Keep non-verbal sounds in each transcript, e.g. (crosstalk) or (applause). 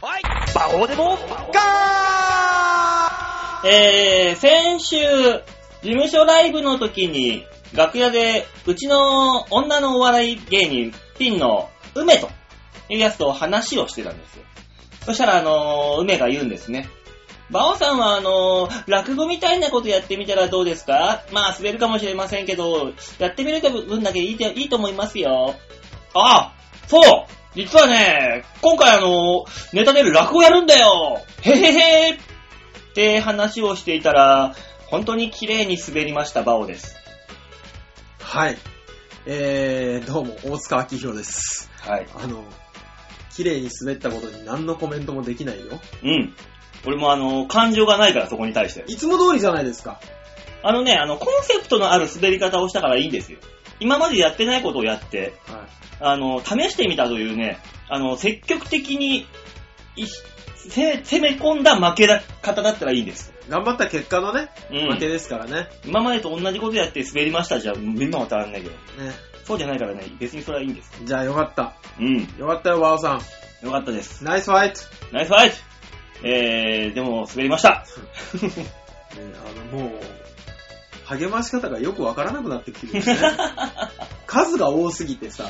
こうでも、ガえー、先週、事務所ライブの時に、楽屋で、うちの女のお笑い芸人、ピンの梅というやつと話をしてたんですよ。そしたら、あのー梅が言うんですね。バオさんは、あのー落語みたいなことやってみたらどうですかまあ、滑るかもしれませんけど、やってみる分だけいいていいと思いますよ。ああ、そう実はね、今回あのーネタで落語やるんだよへへへって話をしていたら、本当に綺麗に滑りました、バオです。はい。えー、どうも、大塚明宏です。はい。あの、綺麗に滑ったことに何のコメントもできないよ。うん。俺もあの、感情がないから、そこに対して。いつも通りじゃないですか。あのね、あの、コンセプトのある滑り方をしたからいいんですよ。今までやってないことをやって、はあの、試してみたというね、あの、積極的に、いせ攻め込んだ負けだ方だったらいいんです。い。頑張った結果のね、う負ん。けですからね。今までと同じことやって滑りましたじゃ、みんなは当たらんないけど。ねそうじゃないからね、別にそれはいいんです。じゃあよかった。うん。よかったよ、バオさん。よかったです。ナイスファイト。ナイスファイトえー、でも、滑りました。ねあの、もう、励まし方がよくわからなくなってきてるよね。 (laughs) 数が多すぎてさ。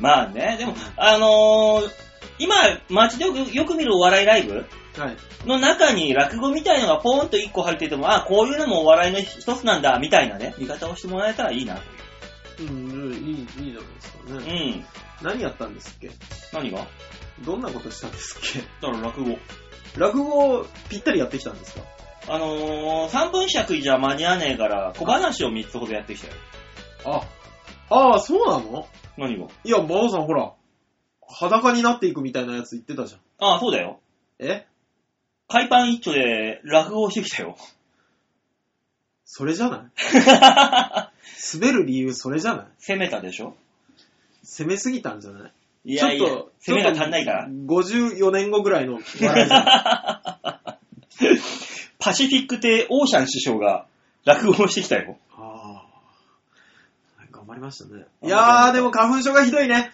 まあね、でも、あのー、今、街でよくよく見るお笑いライブはい。の中に落語みたいのがポーンと一個入ってても、あこういうのもお笑いの一つなんだ、みたいなね、見方をしてもらえたらいいな。うん、うんいい、いいじゃないですかうね。ん。何やったんですっけ何がだどんなことしたんですっけから落語。落語をぴったりやってきたんですかあのー、3分尺じゃ間に合わねえから、小話を3つほどやってきたよ。あ、ああ、そうなの何がいや、馬王さんほら、裸になっていくみたいなやつ言ってたじゃん。あそうだよ。え海パン一丁で落語をしてきたよ。それじゃない (laughs) 滑る理由それじゃない攻めたでしょ攻めすぎたんじゃないいやいや、攻めが足んないから。 54年後ぐらいの笑いじゃ (laughs) んパシフィック亭オーシャン師匠が落語をしてきたよ。あー頑張りましたね。たいやー、でも花粉症がひどいね。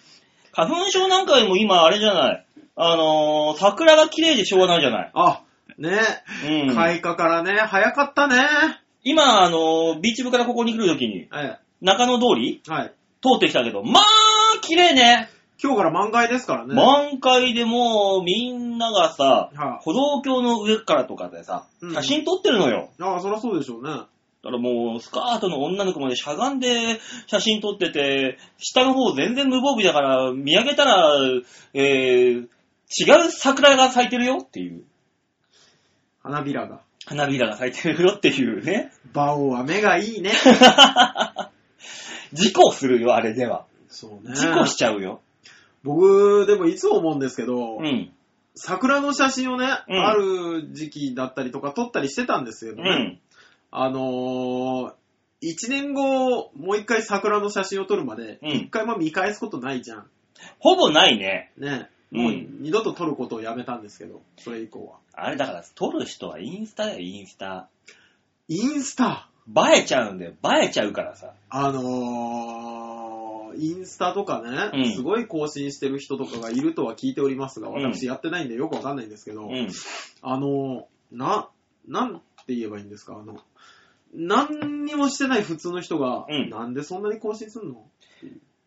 花粉症なんかでも今あれじゃない。あのー、桜が綺麗でしょうがないじゃない。あ、ね、うん。開花からね、早かったね。今、あのー、ビーチ部からここに来るときに、はい。中野通りはい。通ってきたけど、まあ、綺麗ね。今日から満開ですからね。満開でもう、みんながさ、は歩道橋の上からとかでさ、うん写真撮ってるのよ。い。ああ、そりゃそうでしょうね。だからもう、スカートの女の子までしゃがんで写真撮ってて、下の方全然無防備だから、見上げたら、えー、違う桜が咲いてるよっていう。花びらが。花びらが咲いてるよっていうね。馬王は目がい (laughs) いね。事故するよ、あれでは。そうね。事故しちゃうよ。僕、でもいつも思うんですけど、うん。桜の写真をね、うんある時期だったりとか撮ったりしてたんですけうどね、ん。あのー、1年後、もう一回桜の写真を撮るまで、うん一回も見返すことないじゃん。ほぼないね。ね。うんもう二度と撮ることをやめたんですけど、それ以降は。あれだから、撮る人はインスタだよ、インスタ。インスタ映えちゃうんだよ、映えちゃうからさ。あのー、インスタとかね、うんすごい更新してる人とかがいるとは聞いておりますが、私やってないんでよくわかんないんですけど、うん。あの、な、なんて言えばいいんですか、あの、何にもしてない普通の人が、うんなんでそんなに更新すんの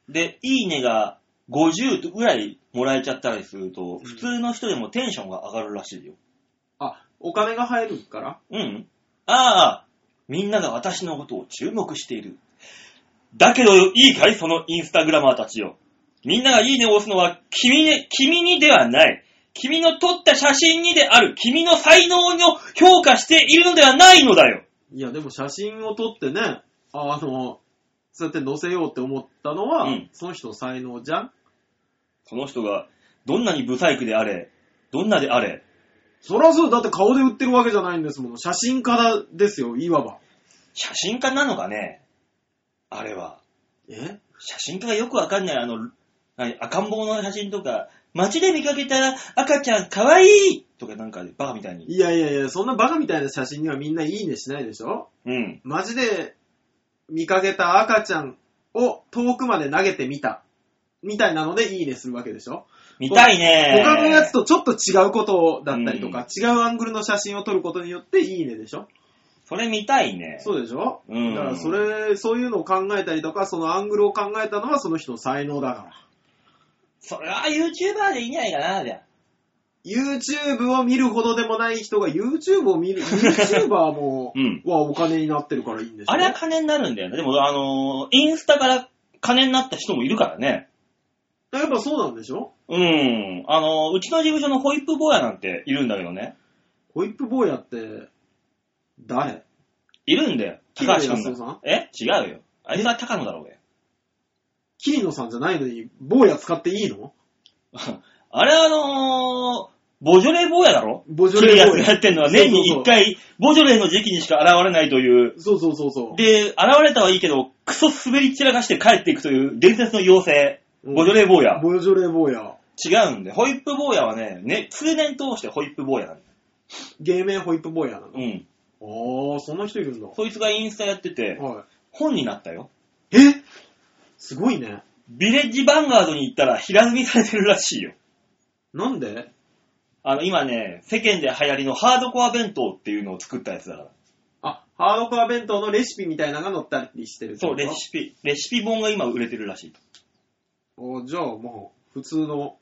で、いいねが50ぐらいもらえちゃったりすると、普通の人でもテンションが上がるらしいよ。あ、お金が入るからうん。ああ、みんなが私のことを注目している。だけど、いいかいそのインスタグラマーたちよ。みんながいいねを押すのは、君に、君にではない。君の撮った写真にである。君の才能を評価しているのではないのだよ。いや、でも写真を撮ってね、あの、そうやって載せようって思ったのは、うんその人の才能じゃんその人が、どんなに不細工であれ、どんなであれ、そらそう、だって顔で売ってるわけじゃないんですもの。写真家ですよ、いわば。写真家なのかねあれは。え写真家がよくわかんない、あの、何赤ん坊の写真とか、街で見かけた赤ちゃんかわいいとかなんかでバカみたいに。いやいやいや、そんなバカみたいな写真にはみんないいねしないでしょうん。マジで見かけた赤ちゃんを遠くまで投げてみた。みたいなのでいいねするわけでしょ見たいね。他のやつとちょっと違うことだったりとうか、違うアングルの写真を撮ることによっていいねでしょそれ見たいね。そうでしょうんだからそれ、そういうのを考えたりとか、そのアングルを考えたのはその人の才能だから。それは YouTuber でいいんじゃないかな、じゃあ。 YouTube を見るほどでもない人が YouTube を見る、YouTuber も、 (laughs) うんはお金になってるからいいんでしょあれは金になるんだよね。でも、あのーインスタから金になった人もいるからね。やっぱそうなんでしょうん。あのーうちの事務所のホイップ坊やなんているんだけどね。ホイップ坊やって、誰いるんだよ。桐野高橋君安夫さんが。え違うよ。あいつは高野だろうがよ。桐野さんじゃないのに、坊や使っていいのあれはあのーボジョレ坊やだろボジョレ坊ややってんのは年に一回、ボジョレの時期にしか現れないという。 (laughs) そうそうそうそう。で、現れたはいいけど、クソ滑り散らかして帰っていくという伝説の妖う精。んボジョレー坊や。ボジョレ坊や。違うんで、ホイップ坊やはね、ね、通年通してホイップ坊やなんだよ芸名ホイップ坊やなの。うん。あー、そんな人いるんだ。そいつがインスタやってて、は本になったよ。い。えすごいね。ビレッジヴァンガードに行ったら平積みされてるらしいよ。なんであの、今ね、世間で流行りのハードコア弁当っていうのを作ったやつだから。あ、ハードコア弁当のレシピみたいなのが載ったりしてるってそこう、とレシピ、レシピ本が今売れてるら (laughs) しい。おじゃあもう、普通の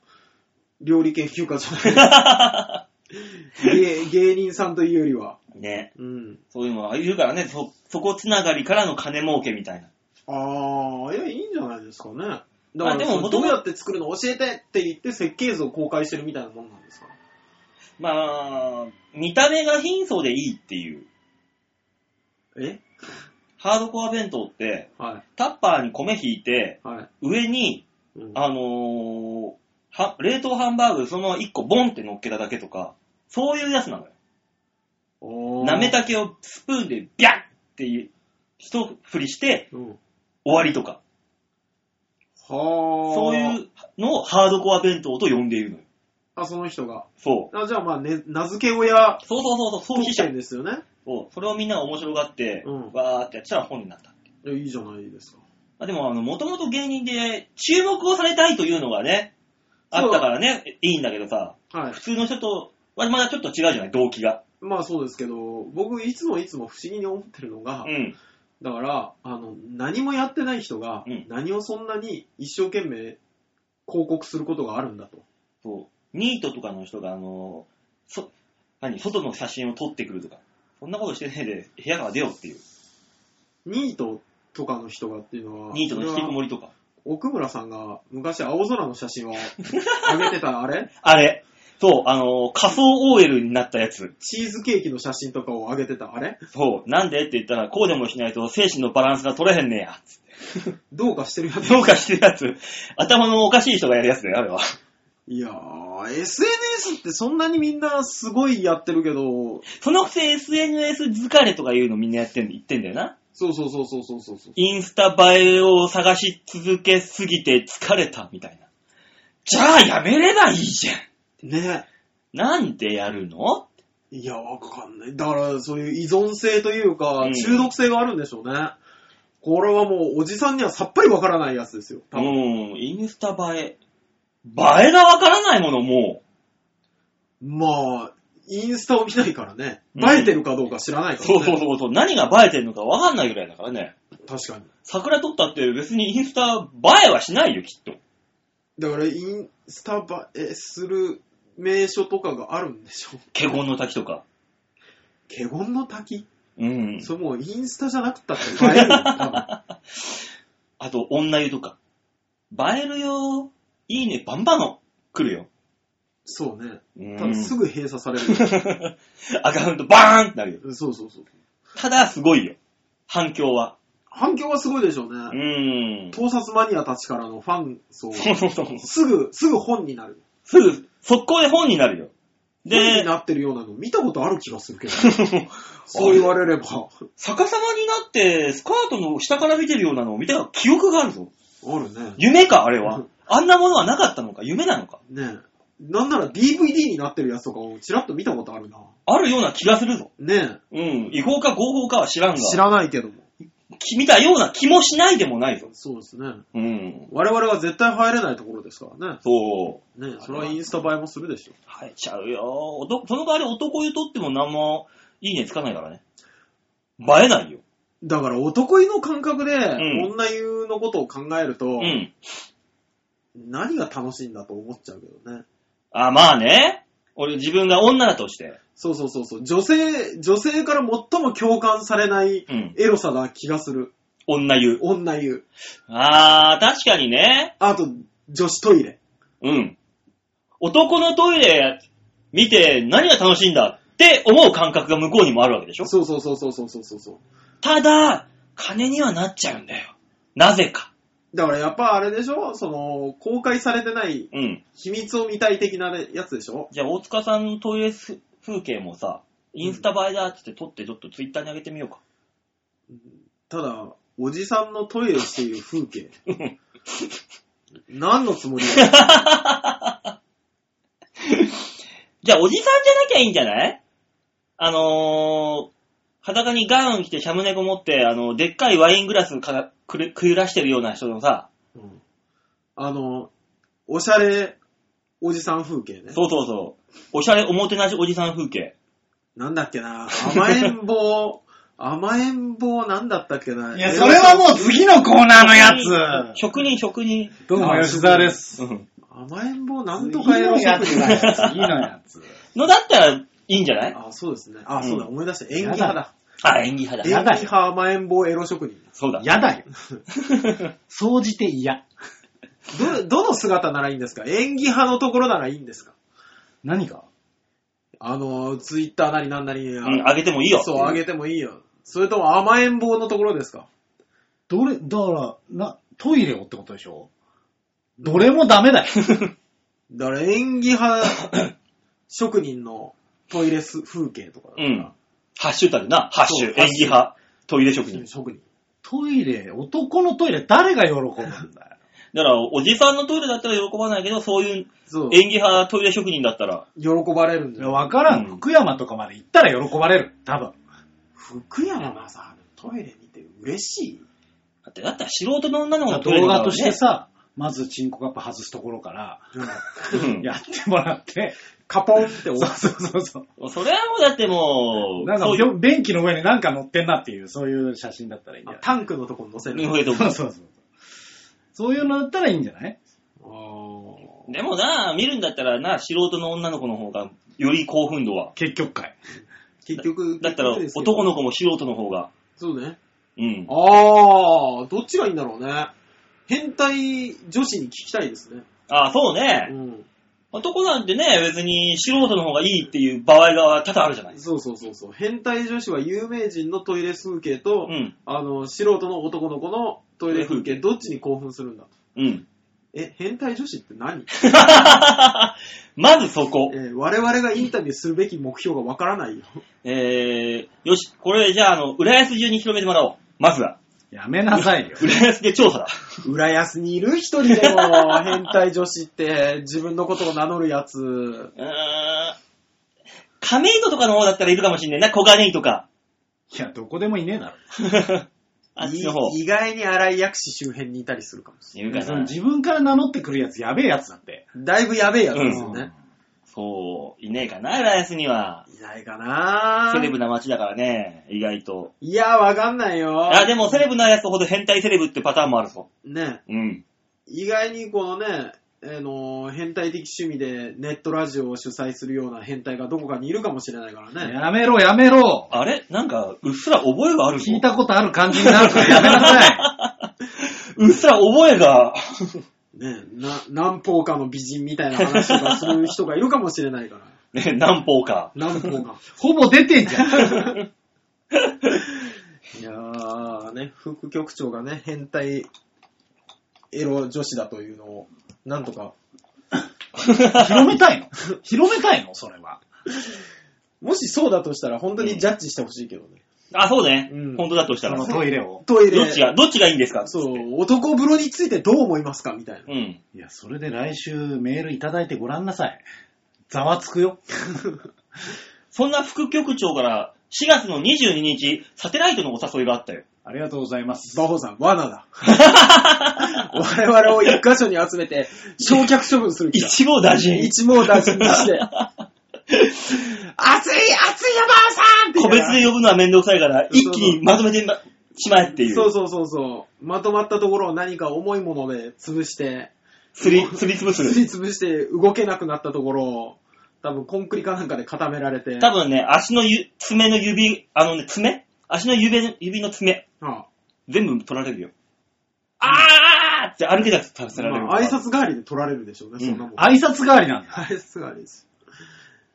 料理研究家じゃない。 (laughs) 芸芸人さんというよりは。ね。うん。そういうのがいるからね、そ、そこつながりからの金儲けみたいな。ああ、いや、いいんじゃないですかね。だかあら、ででもも元ど々うやって作るの教えてって言って設計図を公開してるみたいなもんなんですかまあ、見た目が貧相でいいっていう。えハードコア弁当って、はタッパーに米引いて、い。はい。上に、うんあのーは、冷凍ハンバーグそのまま1個ボンって乗っけただけとか、そういうやつなのよ。おーなめたけをスプーンでビャッっていう一振りしてうん。終わりとか、はあ。。そういううのをハードコア弁当と呼んでいるのよ。あ、その人が。そう。あじゃあまあ、ね、名付け親そうそうそうそう、創特始者権。ですよね。そうそれをみんなが面白がって、うんわーってやってたら本になった。いやいいじゃないですか。まあ、でも、あの、もともと芸人で注目をされたいというのがね、あったからね、いいんだけどさ、はい普。通の人とはまだちょっと違うじゃない、動機が。まあそうですけど、僕いつもいつも不思議に思ってるのが、うん。だから、あの、何もやってない人がうん、何をそんなに一生懸命広告することがあるんだと。そう。ニートとかの人が、あの、そ、何、外の写真を撮ってくるとか、そんなことしてねえで、部屋から出ようっていう。ニートとかの人がっていうのは、ニートの引きこもりとか。これは奥村さんが昔青空の (laughs) 写真を上げてたあれあれ。そう、あの、仮想 OL になったやつ。チーズケーキの写真とかを上げてたあれそう。なんでって言ったら、こうでもしないと精神のバランスが取れへんねや。 (laughs) どうかしてるやつ。どうかしてるやつ。頭のおかしい人がやるやつだよ、あれは。いやー、SNS ってそんなにみんなすごいやってるけど、そのくせ SNS 疲れとかいうのみんなやってん言ってんだよな。そうそうそうそうそうそうそう。インスタ映えを探し続けすぎて疲れたみたいな。じゃあやめればいいじゃん。ねなんでやるのいや、わかんない。だから、そういう依存性というかうん、中毒性があるんでしょうね。これはもう、おじさんにはさっぱりわからないやつですよ。う多ん、分インスタ映え。映えがわからないものもまあ、インスタを見ないからね。うん、映えてるかどうか知らないうからね。そうそうそうそう、何が映えてるのかわかんないぐらいだからね。確かに。桜撮ったって別にインスタ映えはしないよ、きっと。だから、インスタ映えする名所とかがあるんでしょう。華厳の滝とか。 (laughs) 華厳の滝、うん。それもうインスタじゃなくったって映えるよ、多分。あと、女湯とか。映えるよ。いいね、バンバンの。来るよ。そうね。うん多分すぐ閉鎖され (laughs) る。 (laughs) アカウントバーンってなるよ。そうそうそう。ただ、すごいよ。反響は。反響はすごいでしょうね。うーん。盗撮マニアたちからのファン層そうそうそう。すぐ、すぐ本になる。すぐ、速攻で本になるよ。本でに、なってるようなの見たことある気がする (laughs) けど。そう言われれば。あ逆さまになって、スカートの下から見てるようなのを見た記憶があるぞ。るね。夢か、あれうはん。あんなものはなかったのか、夢なのか。ねえ。なんなら DVD になってるやつとかをちらっと見たことあるな。あるような気がするぞ。ねうん。違法か合法かは知らんが。え。知らないけども。きき見たような気もしないでもないぞ。そうですね。うん。我々は絶対入れないところですからね。そう。ねそれはインスタ映えもするでしょ。入っちゃうよ。おとその代わり男湯取っても何もいいねつかないからね。映えないよ。だから男湯の感覚で、ん女湯のことを考えると、うん。何が楽しいんだと思っちゃうけどね。あ、まあね。俺自分が女だとして。そうそうそうそう。女性、女性から最も共感されないうん。エロさな気がする。女湯。女湯。あー、確かにね。あと、女子トイレ。うん。男のトイレ見て何が楽しいんだって思う感覚が向こうにもあるわけでしょそうそうそうそうそうそうそうそう。ただ、金にはなっちゃうんだよ。なぜか。だからやっぱあれでしょその、公開されてないうん。秘密を見たい的なねやつでしょじゃあ大塚さんのトイレす風景もさ、インスタ映えだっつって撮ってちょっとツイッターに上げてみようか。ただ、おじさんのトイレしている風 (laughs) 景。何のつもりだじゃあ、おじさんじゃなきゃいいんじゃないあのー、裸にガウン着てシャムネコ持って、あの、でっかいワイングラスからくるくゆらしてるような人のさ、うんあの、おしゃれおじさん風景ね。そうそうそう、おしゃれおもてなしおじさん風景。なんだっけな、甘えん坊、甘えん坊なんだったっけな。いや、それはもう次のコーナーのやつ。職人、職人。どうも、吉沢です。うん甘えん坊な何んととかかややろろううやつだ職人。よ。次のやつ。のだったらいいんじゃないあ、そうですね。うあ、んそうだ、思い出した。演技派だ。あ、演技派演技だ。やだよ派甘えん坊エロ職人。そうだ。嫌だよ。総じて嫌。ど、 (laughs) どの姿ならいいんですか演技派のところならいいんですか何があの、ツイッターなりなんなり、 (laughs) うん、あげてもいいよ。そう、あげてもいいよ。それとも甘えん坊のところですかどれ、だから、な、トイレをってことでしょどれもダメだよ。だから演技 (laughs) 派職人のトイレす風景とかだったうら。ん。ハッシュタグな、ハッシュ、そ演う技派、トイレ職人。職人。トイレ、男のトイレ、誰が喜ぶんだよ。だから、おじさんのトイレだったら喜ばないけど、そういうそう。演技派トイレ職人だったら、喜ばれるんいだやよ。わからん。うん福山とかまで行ったら喜ばれる。多分。福山雅治トイレ見て嬉し (laughs) いだって、だったら素人の女の子のトイレ動画としてねさ、まずチンコカップ外すところから、うんやってもらって、カポンってそうそうそうそう。それはもうだってもう、なんかそういう、便便器の上になんか乗ってんなっていう、そういう写真だったらいいんあじゃないタンクのとこに乗せ日る。本へとそうそうそう。そういうのだったらいいんじゃないあでもな、見るんだったらな、素人の女の子の方が、より興奮度は。結局会。ー結局、だったら、結局ですけど男の子も素人の方が。そうね。うん。ああ、どっちがいいんだろうね。変態女子に聞きたいですね。ああ、そううね。ん。男なんてね、別に素人の方がいいっていう場合が多々あるじゃないそうそうそうそう。変態女子は有名人のトイレ風景と、うん。あの、素人の男の子のトイレ風景、どっちに興奮するんだうん。え、変態女子って何、まずそこえ。ー我々がインタビューするべき目標がわからないよ。 (laughs) えー、よし、これじゃあ、あの、浦安中に広めてもらおう。まずは。やめなさい (laughs) よ。浦安で調査だ。浦安にいる一人でも、変態女子って自分のことを名乗るやつ。うーん。亀戸とかの方だったらいるかもしんないな。小金井とか。 (laughs) いや、どこでもいねえだろ。あっちの方。い意外に荒井薬師周辺にいたりするかもしいるかそのな。自分から名乗ってくるやつ、やべえやつだって。れない。だいぶやべえやつですようんね。そう、いねえかな、浦安には。いないかなセレブな街だからね、意外と。いや、わかんないよ。あ、でもセレブなやつほど変態セレブってパターンもあるぞ。ね、うん。意外にこのね、あの変態的趣味でネットラジオを主催するような変態がどこかにいるかもしれないからね。やめろ、やめろ。あれなんか、うっすら覚えがあるぞ。聞いたことある感じになるからやめなさ (laughs) い。うっすら覚えが。 (laughs) ねな、南方かの美人みたいな話とかする人がいるかもしれない (laughs) から。ね、南方か。 (laughs) 南方か。ほぼ出てんじゃん。いやーね、副局長がね、変態エロ女子だというのを、なんとか。広めたいの広めたいのそれは。もしそうだとしたら、本当にジャッジしてほしいけどね。あ、そうね。うん本当だとしたそら。のどトイレを。トイレ。っちが、どっちがいいんですかそつってう、男風呂についてどう思いますかみたいな。うん。いや、それで来週メールいただいてごらんなさい。ざわつ (laughs) くよ。そんな副局長から、4月の22日、サテライトのお誘いがあったよ。ありがとうございます。バホさん、罠だ。我々を一箇所に集めて、焼却処分する気だ。一網打尽。一網打尽にして。熱い熱いよ、 (laughs) バホさんって個別でで呼ぶのはめんどくさいから、一気にまとめてましまえっていう。そうそうそうそう。まとまったところを何か重いもので潰して、すり、すりつぶす。すり潰して動けなくなったところを、多分コンクリかなんかで固められて。多分ね、足のゆ爪の指、あのね、爪足の指の指の爪、あ全部取られるよ。あーって歩けなくさせあられる。まあ挨拶代わりで取られるでしょうね、んそんなもん。挨挨拶代わりなんだ。拶代わりです。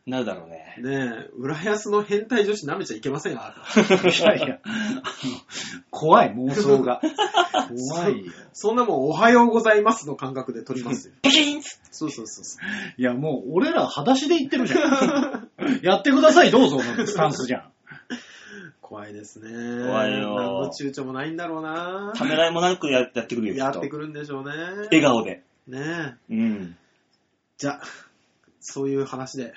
なるだろうね。ねえ、浦安の変態女子舐めちゃいけませんよ、あなた (laughs) いやいや、あの、怖い、妄想が。怖いよ。そんなもん、おはようございますの感覚で撮りますよ。ピキーンそうそうそうそいや、もう、俺ら裸足で言ってるじゃん。やってください、どうぞ、のスタンスじゃん。う。怖いですね。怖いよ何の躊躇もないんだろうなためらいもなくややってくるよ、きやっっとて。くるんでしょうね。笑顔で。ねえ。うん。じゃあ、そういう話で。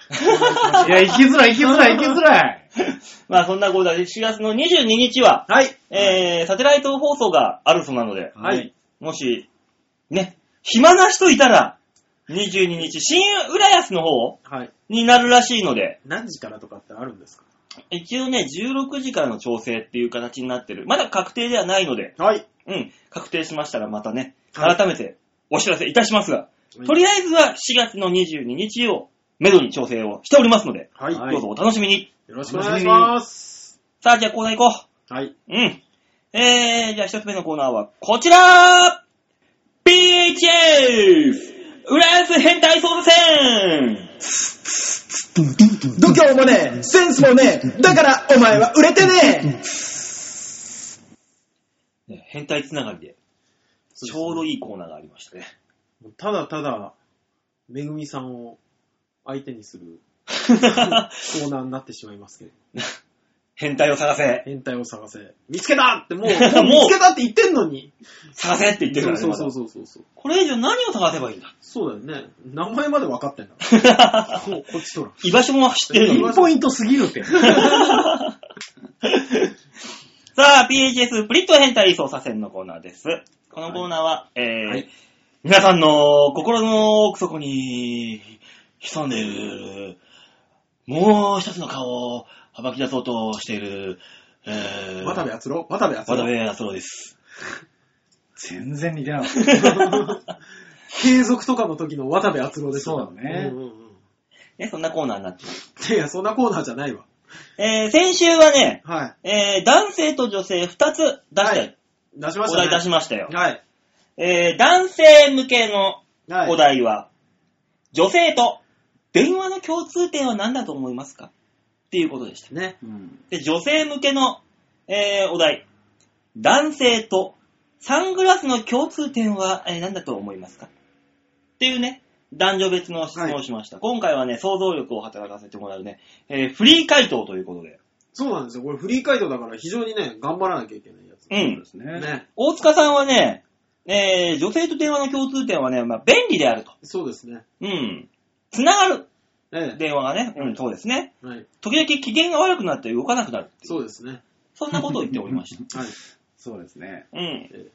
いや、行きづらい、行きづらい、行きづらい。まあそんなことで、4月の22日は、はい。えー、サテライト放送があるそうなので、はい。もし、ね、暇な人いたら、22日、新浦安の方はい。になるらしいので、何時からとかってあるんですか一応ね、16時からの調整っていう形になってる。まだ確定ではないので、はい。うん、確定しましたらまたね、はい改めてお知らせいたしますが、はいとりあえずは4月の22日をめどに調整をしておりますので、はい。はどうぞお楽しみに。よろしくお願いします。さあ、じゃあコーナー行こはい。う。うん。えー、じゃあ一つ目のコーナーはこちら !PHF! 浦安変態捜査線度胸もねえ、センスもねえ、だからお前は売れてねえ。ね変態つながりで、ちょうどいいコーナーがありま (laughs) したね。ただただ、めぐみさんを相手にするコーナーになってしまいますけど。変態を探せ変態を探せ。見つけたってもう、もう (laughs) もう見つけたって言ってんのに。探せって言ってるからね。そうそまうだそうそうそう。これ以上何を探せばいいんだそうだよね。名前まで分かってん (laughs) だ。もうこっちとら。居場所も知ってるのに。ピンポイントすぎるって。さあ、PHS プリット変態操作線のコーナーです。このコーナーは、えーはい皆さんの心の奥底に潜んでいる、もう一つの顔を暴き出そうとしている、えー、渡部篤郎渡部篤渡郎部康郎です。全然似てなかっ (laughs) 継続とかの時の渡部篤郎ですよそうだんねうんうんね、そんなコーナーになってます。いや、そんなコーナーじゃないわ。えー、先週はね、はい。えー、男性と女性2つ出した、はい出しましおた、ね。題出しましたよ。はい。えー、男性向けのはい。お題は、女性と電話の共通点は何だと思いますかっていうことでした。ね。い。うんで、女性向けの、えーお題、男性とサングラスの共通点は、えー何だと思いますかっていうね、男女別の質問をしました。今回はね、想像力を働かせてもらうね、えーフリー回答ということで。そうなんですよ。これフリー回答だから非常にね、頑張らなきゃいけないやうつ。そうんで。すね。ね。大塚さんはね、えー女性と電話の共通点はね、まあ、便利であると。そうですね。うん。つながる。え電話がね。うん、そうですね。え。はい。時々機嫌が悪くなって動かなくなるっていう。そうですね。そんなことを言っておりま (laughs) した。はい。そうですね。うんえ。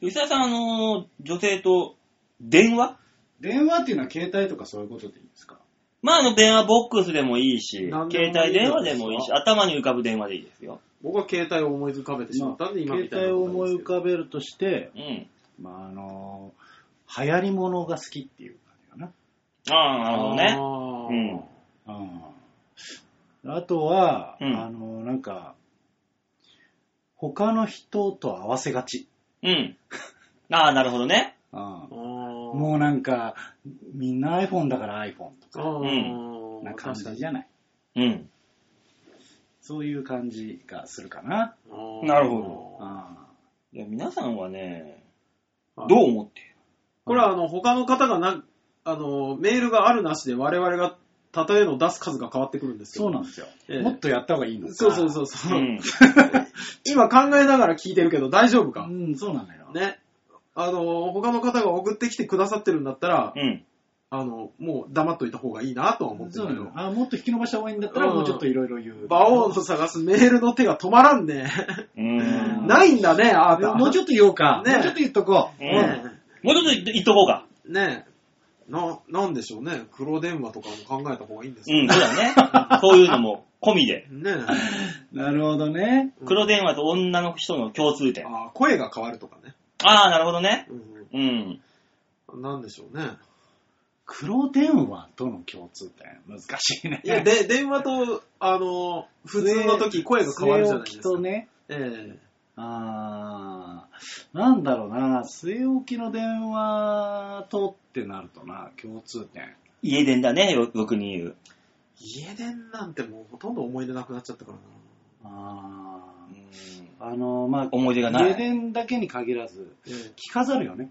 吉田さん、あのー女性と電話電話っていうのは携帯とかそういうことでいいんですかまあ、あの、電話ボックスでもいいし、何でもい携い帯電話でもいいし、頭に浮かぶ電話でいいですよ。僕は携帯を思い浮かべてしまったんで、今携みたいな帯をこと思なんいです浮けど。かべるとして、うん。まあ、あのー、流行り物が好きっていう感じかな。ああ、なるほどね。ねあとは、うんあの、なんか、他の人と合わせがち。うん。ああ、なるほどね。もあーうなんか、みんな iPhone だから iPhone とか、あーな感じじ確かゃない。うん。そういう感じがするかな。にあーなるほあいや、皆さんはね、はいどう思ってるこれはあの、他の方がな、あの、メールがあるなしで我々が例えの出す数が変わってくるんですけどそうなんですよ、ええもっとやった方がいいのか。。そうそうそうう (laughs) そう、うん。今考えながら聞いてるけど大丈夫か、うん、そうなのよ。 (laughs) ね。あの、他の方が送ってきてくださってるんだったら、うん。あの、もう黙っといた方がいいなとは思ってそうるなけのどよ。。あもっと引き伸ばした方がいいんだったら、うんもうちょっといろいろ言う。馬王の探すメールの手が止まらんね。うーん。ないんだね、あなた。もうちょっと言おうか。ねもうちょっと言っとこう。ねねもうちょっと言っ言っとこうか。え。ねえ。な、なんでしょうね。黒電話とかも考えた方がいいんですうよん、そうだ (laughs) ね。そういうのも込みで。ねえ。なるほどね。うん黒電話と女の人の共通点。あ声が変わるとかね。ああ、なるほどね。うんうん。うん。なんでしょうね。黒電話との共通点。難しいね。いや、で、電話と、あの、普通の時声が変わるじゃないです据え置きか。とね。えあー、なんだろうな。据え置きの電話とってなるとな、共通点。家電だね、よよくに言う。え家電なんてもうほとんど思い出なくなっちゃったからな。あうー。んあの、まあ、思い出がない家電だけに限らず、ええ着飾るよね。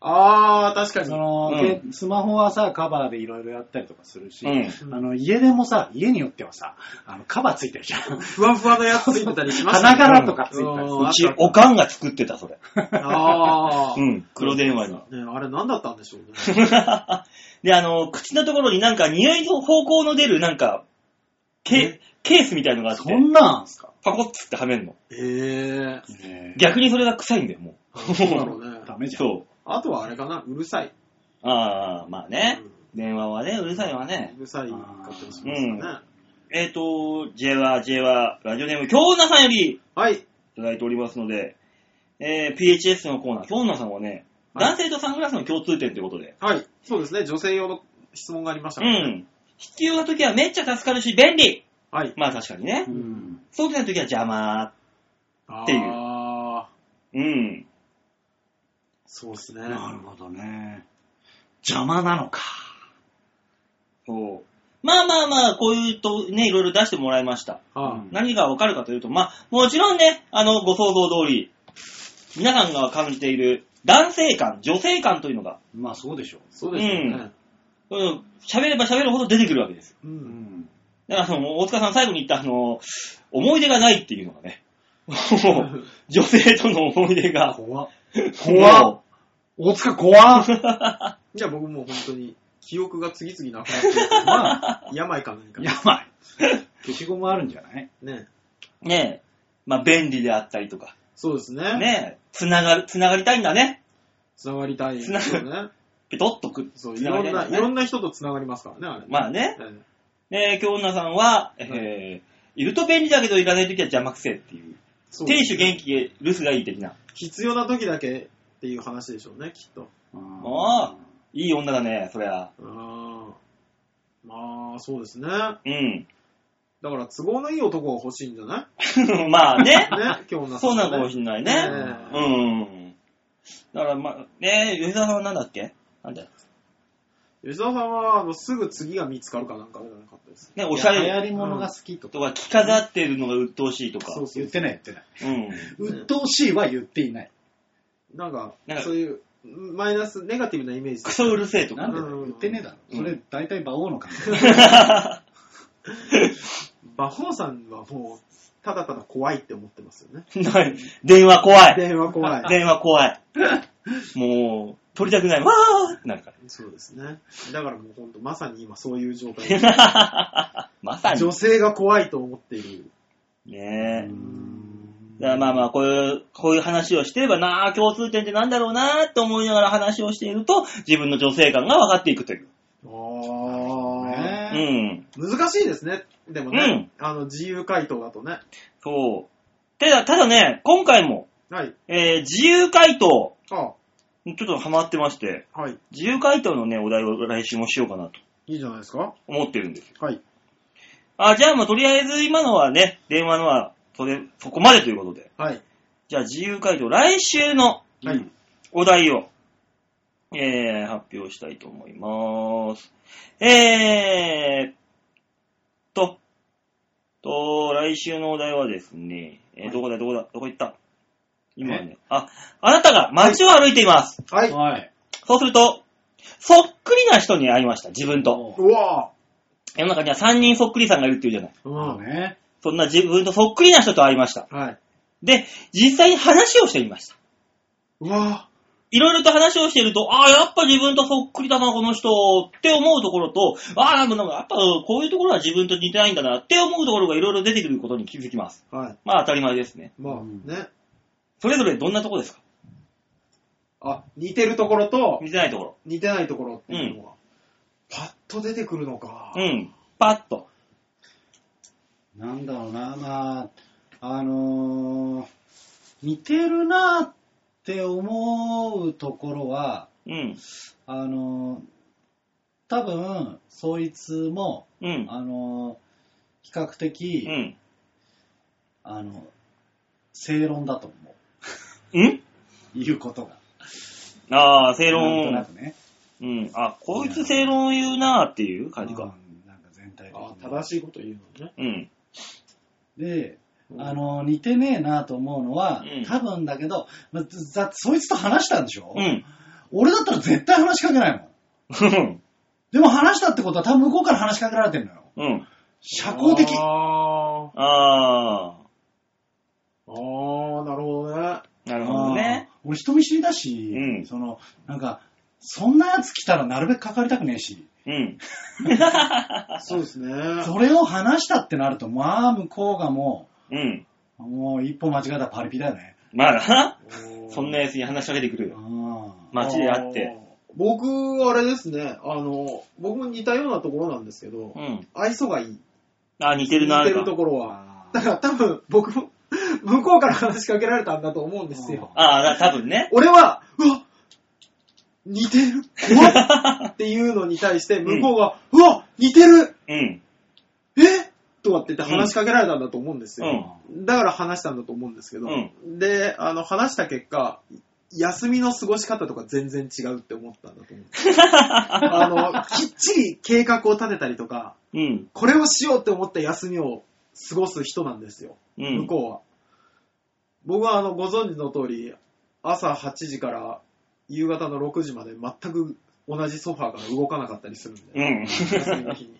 ああ、確かに。その、うんけスマホはさ、カバーでいろいろやったりとかするし、うん。あの、家でもさ、家によってはさ、あの、カバーついてるじゃん。ふわふわのやつついてたりします花柄とかついてたりすうるんうち、おかんが作ってた、それ。ああ。うねん、黒電話に。えあれ何だったんでしょうね。 (laughs) で、あの、口のところになんか匂いの方向の出る、なんか、ケケースみたいのがあって、そんなんすかパコッつってはめんの。ええねえ逆にそれが臭いんだよ、もー。そうだろうね。ダメう。じゃん。そう。あとはあれかな、うるさい。ああ、まあねう。ん電話はね、うるさいわね。うるさいかったりしますかね。えっ、ー、と、J は J はラジオネーム、京奈さんよりいはい。ただいておりますので、えー、PHS のコーナー、京奈さんはね、はい男性とサングラスの共通点ということで、はい。そうですね、女性用の質問がありましたうからね。ん。必要な時はめっちゃ助かるし、便利はい。まあ確かにねう。ん。そうでない時は邪魔。っていうああ、うん。そうですね。なるほどね。邪魔なのか。そう。まあまあまあ、こういうとね、いろいろ出してもらいました。あうん何がわかるかというと、まあ、もちろんね、あの、ご想像通り、皆さんが感じている男性感、女性感というのが、まあ、そうでしょそうですよね。うん喋れば喋るほど出てくるわけです。う。う。うんん。だから、その、大塚さん最後に言った、あの、思い出がないっていうのが (laughs) ね、も (laughs) う女性との思い出が、怖っ。もう怖っ。大塚 (laughs) 怖っ。じゃあ僕もう本当に、記憶が次々なくなっ (laughs) てるから、まあ、病か何か。やばい。消しゴムあるんじゃないね。ねえ、まあ、便利であったりとか、そうですね。ねえ、つながる、つながりたいんだね。つながりたいですよね。ペトッとく、そう、いつながろりんたな、いいんだろね。んな人とつながりますからね、あれ。まあね。ええね、京女さんは、えー、いると便利だけど、いらないときは邪魔くせえっていう。そう亭主元気へ留守がいい的な。必要な時だけっていう話でしょうね、きっと。あーいい女だね、そりゃ。あーまあ、そうですね。だかうん。 (laughs) ら、都合のいい男が欲しいんじゃなまあねい。ね、今日 (laughs) のそうなのかもしんないね。えうえん。だから、まあ、ね吉沢さんはなんだっけなんだよ吉田さんは、あのすぐ次が見つかるかなんかじゃなかったです。ね、おおししゃゃれ。流れ行り物が好きとか。とか、着飾ってるのが鬱陶しいとか。そうそう言ってない言ってない。うん。鬱陶しいは言っていない。なんかなんか、そういう、マイナス、ネガティブなイメージク。ソうるせえとなかん。でだよ言ってねえだろ。それ、大体馬王の感じ。馬宝さんはもう、ただただ怖いって思ってますよ (laughs) ね。ない電話怖い。電話怖い。電話怖い。もう、取りたくない。わーってなるから。そうですね。だからもう本当、まさに今そういう状 (laughs) 態。まさに女。性が怖いと思っている。ねえ。だからまあまあ、こういう、こういう話をしてればなあ、共通点ってなんだろうなあって思いながら話をしていると、自分の女性感が分かっていくという。ああ。うねん。難しいですね。でもね、あの、自由回答だとね。そう。ただ、ただね、今回も、はい。えー、自由回答、あちょっとハマってまして、はい。自由回答のね、お題を来週もしようかなといいじゃないですか。思ってるんですよ。はい。あ、じゃあもうとりあえず今のはね、電話のは、それ、そこまでということで。はい。じゃあ自由回答、来週のはい。お題を、えー、発表したいと思います。えーっと、と、来週のお題はですね、えーどこだ、どこだ、どこ行った今ね、あ、あなたが街を歩いています。はえい。はい。そうすると、そっくりな人に会いました、自分と。そうわ世の中には3人そっくりさんがいるっていうじゃない。うう。ね。そんな自分とそっくりな人と会いました。はい。で、実際に話をしてみました。うわいろいろと話をしてると、ああ、やっぱ自分とそっくりだな、この人、って思うところと、ああ、なんかなんかやっぱこういうところは自分と似てないんだな、って思うところがいろいろ出てくることに気づきます。はい。まあ当たり前ですね。まあうんね。それぞれどんなところですかあ、似てるところと似てないとこ似てないところっていうのは、パッと出てくるのか。ろ。うん。パッと。なんだろうな、まあ、あのー似てるなって思うところは、うん。あのー多分、そいつも、うん。あのー比較う的、ん。あの、正論だと思う。うん言うことが。ああ、正なん論と。なくね。うん。あ、こいつ正論を言うなーっていう感じか。うんなんか全体的に。あ、正しいこと言うのね。うん。で、あの、似てねえなと思うのは、うん多分だけど、まだってそいつと話したんでしょ、うん。俺だったら絶対話しかけないもん。うん。でも話したってことは多分向こうから話しかけられてんのよ。 (laughs) うん。社交的。ああーあー、なるほどね。あ。なるほどね。うん俺人見知りだし、うんその、なんか、そんなやつ来たらなるべくかかりたくねえし、うん。そうですね。それを話したってなると、まあ向こうがもうん。う、もう一歩間違えたらパリピだよね。まあな。おーそんな奴に話しかけてくるよ。うん街で会って。。僕、あれですね、あの、僕も似たようなところなんですけどう、ん。愛想がいい。あ、似てるな似てるーとか。ころは。だから多分、僕も、向こうから話しかけられたんだと思うんですよ。ああ、だ多分ね。俺は、うわ似てる怖っっていうのに対して、向こうが、うわ似てるうん。えとかって言って話しかけられたんだと思うんですうよ。ん。だから話したんだと思うんですけど、うで、あの、話した結果、休みの過ごし方とか全然違うって思ったんだと思う。あの、きっちり計画を立てたりとか、うん。これをしようって思った休みを過ごす人なんですよ、うん。向こうは。僕はあの、ご存知の通り、朝8時から夕方の6時まで全く同じソファーから動かなかったりするんで、うん。 (laughs) 休みの日に。うん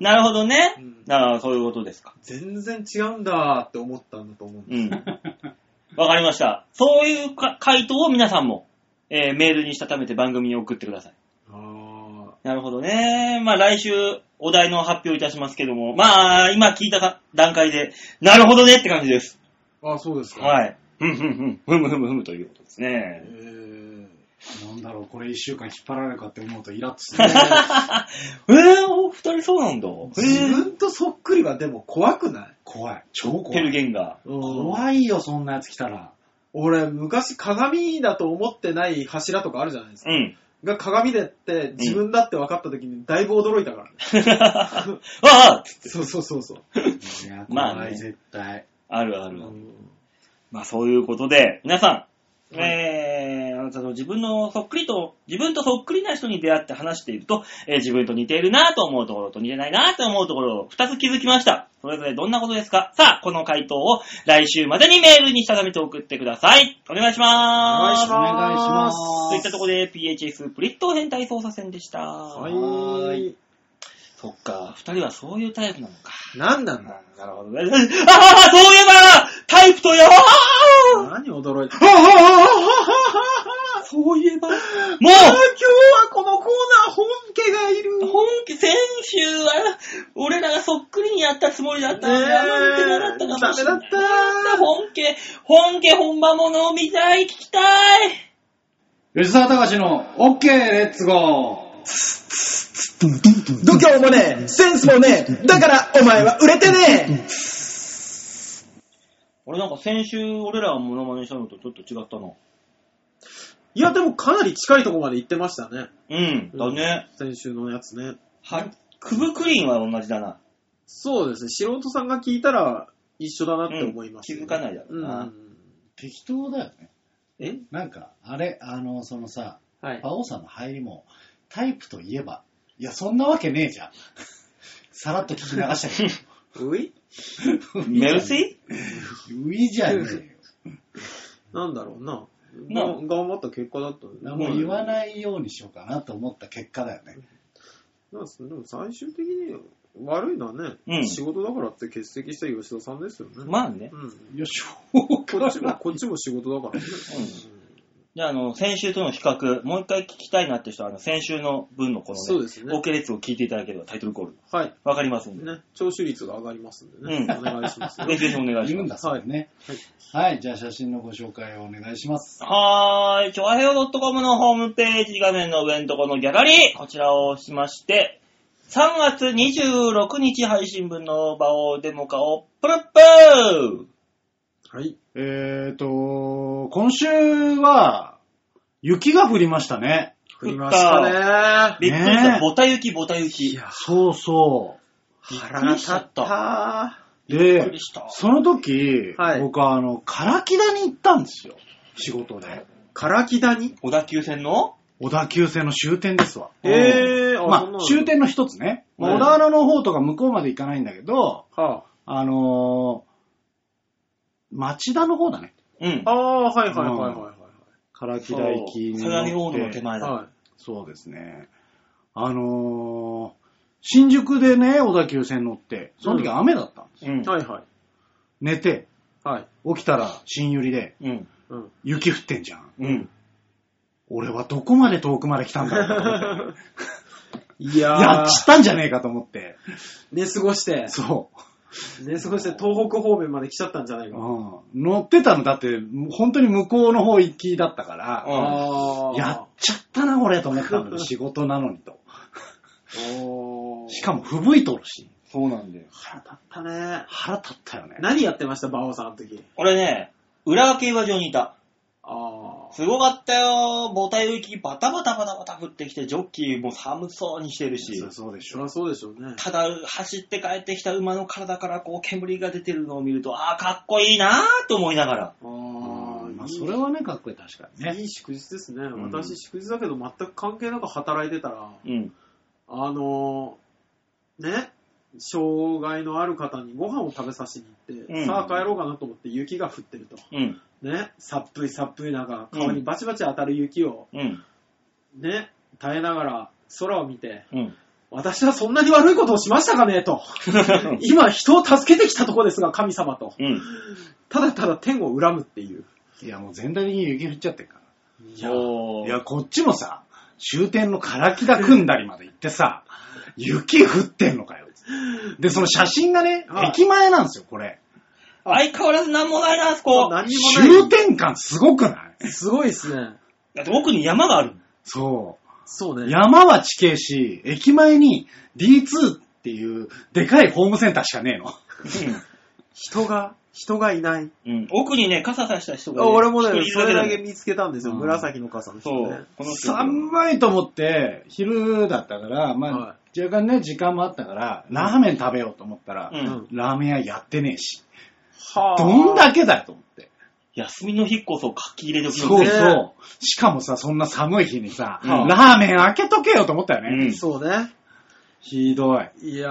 なるほどねうん。だからそういうことですか。全然違うんだって思ったんだと思うんですうん。わかりました。そういうか回答を皆さんも、えーメールにしたためて番組に送ってください。あなるほどね。まあ来週お題の発表いたしますけども、まあ今聞いたか段階で、なるほどねって感じです。ーあ、そうですか。はい。ふんふんふん、ふむふむふむということですえね。ーなんだろう、これ一週間引っ張られるかって思うとイラッとするね。 (laughs) えー、お二人そうなんだ。自えー、分とそっくりはでも怖くない怖い。超怖ペルい。ゲンガ怖い怖いよ、そんなやつ来たら。俺、昔鏡だと思ってない柱とかあるじゃないですー。か。うん。が鏡でって自分だって分かった時にだいぶ驚いた (laughs) からね。ああそうそうそうそう。いや、 (laughs) まあね怖い、絶対。あるあうる。んまあそういうことで、皆さん、はいえー、あなたの自分のそっくりと、自分とそっくりな人に出会って話していると、えー自分と似ているなと思うところと似てないなと思うところを2つ気づきました。それぞれどんなことですかさあ、この回答を来週までにメールにしたためて送ってください。お願いしお願まいす。します。お願いしますといったところで PHS プリット変態操作戦でした。は。はいそっか、2人はそういうタイプなのか。何なんだなるほどね。ああ、そういえばタイプとよー何驚いたはははははそういえば。もあーう、日はこのコーナー本家がいる本気、先週は、俺らがそっくりにやったつもりだったのに、ねえあんま似てなかったかもしれない。ダメだった本家、本家本場ものを見たい、聞きたい。吉沢隆の OK、レッツゴー度胸もねえ、センスもねえ、だからお前は売れてねえ。俺なんか先週俺らがモノマネしたのとちょっと違ったの。いや、でもかなり近いところまで行ってましたね。うん、だね。先週のやつね。は、クブクリーンは同じだな。そうですね。素人さんが聞いたら一緒だなって思います、気づかないだろう。うんな。適当だよね。えなんか、あれ、あの、そのさ、はい。馬王さんの入りも、タイプといえば、いや、そんなわけねえじゃん。 (laughs) さらっと聞き流したけういど。メルシーウィじゃねえよ。なんだろうな。なが頑張った結果だったね何も言わないようにしようかなと思った結果だよね。なんすでも最終的に悪いのはね、うん仕事だからって欠席した吉田さんですよね。ーまあね。うん。よいしょ。こっちも、こっちも仕事だからね。うんじゃあ、あの、先週との比較、もう一回聞きたいなって人は、あの、先週の分のこのそうですねオーケー列を聞いていただければタイトルコール、はい。わかりますんで。ね、聴取率が上がりますんでね。うんお願い (laughs) しますよ。ぜひぜひお願いしいるんまだす。そうですね。はい、じゃあ写真のご紹介をお願いします。はーい、ちょわへよ .com のホームページ画面の上のところのギャラリー、こちらを押しまして、3月26日配信分の場をデモ化をプルップはい。えーと、今週は、雪が降りましたね。振りましたね。ーびっくりした、ねえボタ雪、ボタ雪。いびっや、そうそ腹が立った。はう。くでり、した。その時、はい僕はあの、唐木田に行ったんですよ。仕事で。唐木谷小田急線の小田急線の終点ですわ。えー、まあ、終。点の一つね。まうあん小田原の方とか向こうまで行かないんだけど、はあのー町田の方だね。うんあ。。ああー、はいはいはいはい唐木田行きに乗って。相模大野の手前はい。だ。はい。そうですね。あのー新宿でね、小田急線乗って、その時うん雨だったんですよ。うん。はいはい。寝て、はい。起きたら新百合で、うん。うん。雪降ってんじゃん。うん。俺はどこまで遠くまで来たんだろうと思ってい (laughs) やー、やっちったんじゃねえかと思って。寝過ごして、そ。寝過ごして東北方面まで来ちゃったんじゃないうか。うん、乗ってたの、だって、もう本当に向こうの方行きだったから、うん。ああ。やっちゃったな、俺、と思ったのよ仕事なのにと。おーしかも、吹雪いとるし。そうなんだよ。腹立ったね。腹立ったよね。何やってました、馬王さん、あの時。俺ね、裏競馬場にいた。あすごかったよ。ボタ雪バタバタバタバタ降ってきて、ジョッキーも寒そうにしてるしそりゃ。そうでしそりょゃ。そうでしょうね。ただ、走って帰ってきた馬の体からこう煙が出てるのを見ると、ああ、かっこいいなーと思いながら。あうーんまあ、いいそれはね、かっこいい、確かにね。いい祝日ですね。ん私、祝日だけど全く関係なく働いてたら、うん。あのーね、障害のある方にご飯を食べさせに行って、うんさあ帰ろうかなと思って雪が降ってると。うん。ね、さっぷいさっぷい中、うん顔にバチバチ当たる雪を、うん。ね、耐えながら空を見て、 (laughs) うん。私はそんなに悪いことをしましたかね (laughs) と。今、人を助けてきたとこですが、神様と。うん。ただただ天を恨むっていう。いや、もう全体的に雪降っちゃってるから。いそういや、こっちもさ、終点の唐木田組んだりまで行ってさ、雪降ってんのかよ。で、その写真がねは、い駅前なんですよ、これ。相変わらずなんもないな、あそこ。何にも終な点感すごくないい。すごいですね。だって奥に山がある。そそうう。ね。山は地形し、駅前に D2 っていうでかいホームセンターしかねえの。人が、人がいない。うん。うん。奥にね、傘さした人がいる。俺もね一、人それだだけけだ見つけたんですよ。うん紫の傘の人そねう。。この人。寒いと思って、昼だったから、まはあ、若干ね、時間もあったから、ラーメン食べようと思ったらう、。うんん。ラーメン屋やってねえし、はどんだけだよと思って。休みの日こそ書き入れ時のそうね。そう。しかもさ、そんな寒い日にさ、うんラーメン開けとけよと思ったようね。んそうね。ひどい。いやー、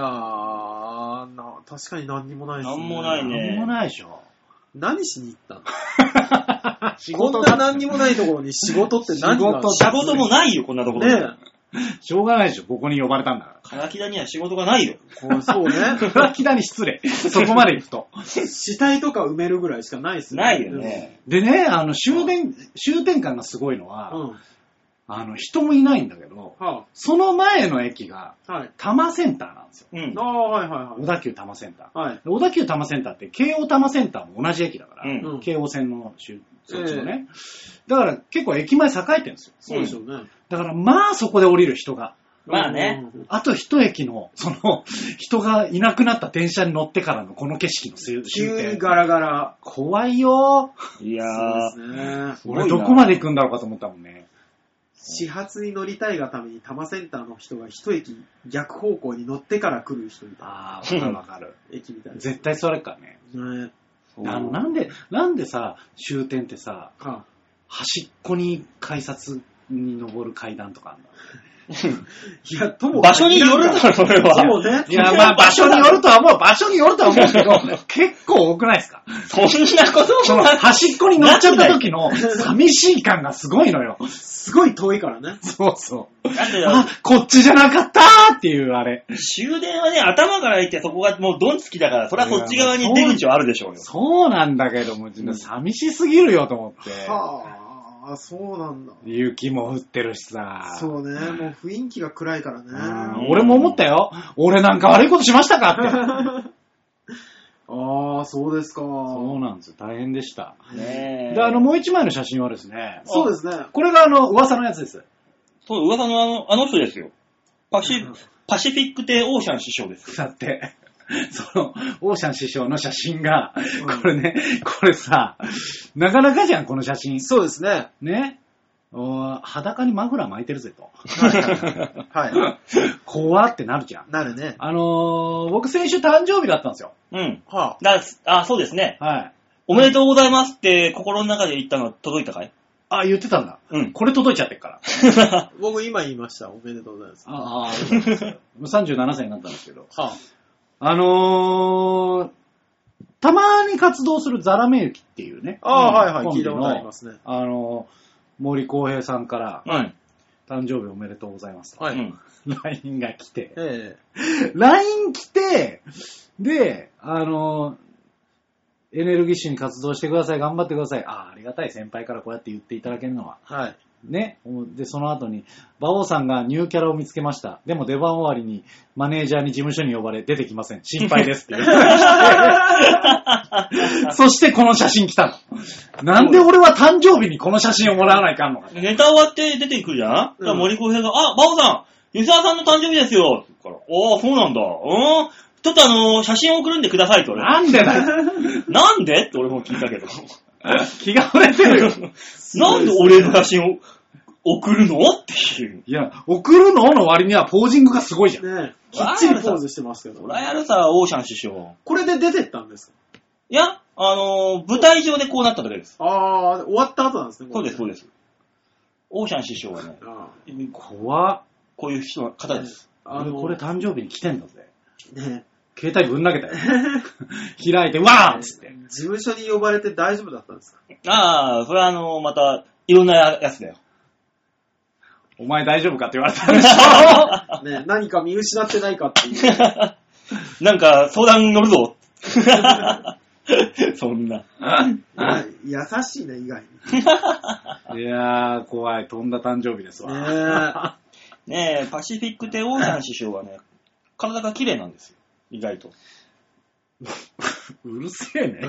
な、確かに何にもないです何もないねなんもないでしょ。何しに行ったの仕こんな何にもないところに仕事って何が仕事仕事もないよ、こんなところで。ねしょうがないでしょ。ここに呼ばれたんだか唐木田には仕事がないよ。こうそうね。ら。フラキダに失礼。そこまで行くと。死体とか埋めるぐらいしかないですね。ないよね。でね、あの、終電、終点感がすごいのは、うん。うん。あの、人もいないんだけど、はその前の駅が、あ、はい。多摩センターなんですよ。うんあ。あ、はいは小田急多摩センター。いはい。はい。で小田急多摩センターって、京王多摩センターも同じ駅だから、うんうん京王線の終、そっちのね。だから結構駅前栄えてるんですよ。そうでしょうね。だからまあそこで降りる人が、まあねうん。あと一駅の、その、人がいなくなった電車に乗ってからのこの景色の終急に点。ガラガラ。怖いよいやーそうですね。ごいな俺どこまで行くんだろうかと思ったもんね。始発に乗りたいがために多摩センターの人が一駅逆方向に乗ってから来る人みたいな。ああ、わかるわかる。駅みたいな。絶対それからね。ねあの、なんで、なんでさ、終点ってさ、か。端っこに改札に登る階段とかあるんだ。いや、とも場所によるだろ、それは。そうね。いや、まあ場所によるとは思う、場所によるとは思うけど、 (laughs) 結構多くないです (laughs) かそんなことそのもない。端っこに乗っちゃった時の寂しい感がすごいのよ。すごい遠いからね。そうそう。だってあ、こっちじゃなかったーっていうあ (laughs) れ。終電はね、頭から行ってそこがもうドンつきだから、それはそっち側に出口はあるでしょうよ。そうなんだけども、寂しすぎるよと思って。はあ、そうなんだ。雪も降ってるしさ。そうね、もう雰囲気が暗いからね。うん俺も思ったよ。俺なんか悪いことしましたかって。ああ、そうですか。そうなんですよ。大変でした。ねえ。で、あの、もう一枚の写真はですね。そうですね。これがあの、噂のやつです。そう、噂のあの、あの人ですよ。パシ、パシフィック亭オーシャン師匠ですよ。だって、 (laughs) その、オーシャン師匠の写真がうん、これね、これさ、なかなかじゃん、この写真。そうですね。ね。お裸にマフラー巻いてるぜと。 (laughs) は怖ってなるじゃん。い。なるね。あのー、僕先週誕生日だったんですよ。うん。はだ、あ、そうですね。はい。おめでとうございますって心の中で言ったの届いたかいあ、言ってたんだ。うん。これ届いちゃってっから。あ。僕今言いました。おめでとうございます。ああ、37歳になったんですけど。はあのー、たまに活動するザラメユキっていうね、あ。ああ、うんはいはい。聞いたことありますね。あのー、森公平さんから、うん。誕生日おめでとうございますと。はうい。ん。 LINE が来て。え LINE 来て、で、あのー、エネルギッシュに活動してください、頑張ってください。ああ、ありがたい先輩からこうやって言っていただけるのは。え。はい。ね。で、その後に、馬王さんがニューキャラを見つけました。でも出番終わりに、マネージャーに事務所に呼ばれ、出てきません。心配 (laughs) ですって言って。そしてこの写真来たの。なんで俺は誕生日にこの写真をもらわないかんのか。ネタ終わって出てくるじゃん、だから森公平が、あ、バオさん湯沢さんの誕生日ですよって言うから、おー、そうなんだ。うんちょっとあのー写真送るんでくださいと俺。なんでだよ。なんでって俺も聞い (laughs) たけど。気が折れてるよ。なんで俺の写真を送るのっていう。いや、送るのの割にはポージングがすごいじゃん。ねえ。きっちりポーズしてますけそど。らやるさ、オーシャン師匠。これで出てったんですかいや、あのー舞台上でこうなっただけです。ああ、終わった後なんですね。そうです、そうでです。オーシャン師匠はね、す。あ怖っ。こういう人の方です。ああ俺の、これ誕生日に来てんだぜ。ね携帯ぶん投げたよ。 (laughs) 開いて、わーっつって。事務所に呼ばれて大丈夫だったんですかああ、それはあのーまた、いろんなやつだよ。お前大丈夫かって言われたん (laughs) でしねえ何か見失ってないかっていう。 (laughs) なんか、相談乗るぞ。 (laughs) そんな。いや優しいね、意外に。ょ。いやー、怖い。飛んだ誕生日ですわ。ねねえ、パシフィック帝王さん師匠はね、体が綺麗なんですよ。意外と。 (laughs) うるせえね。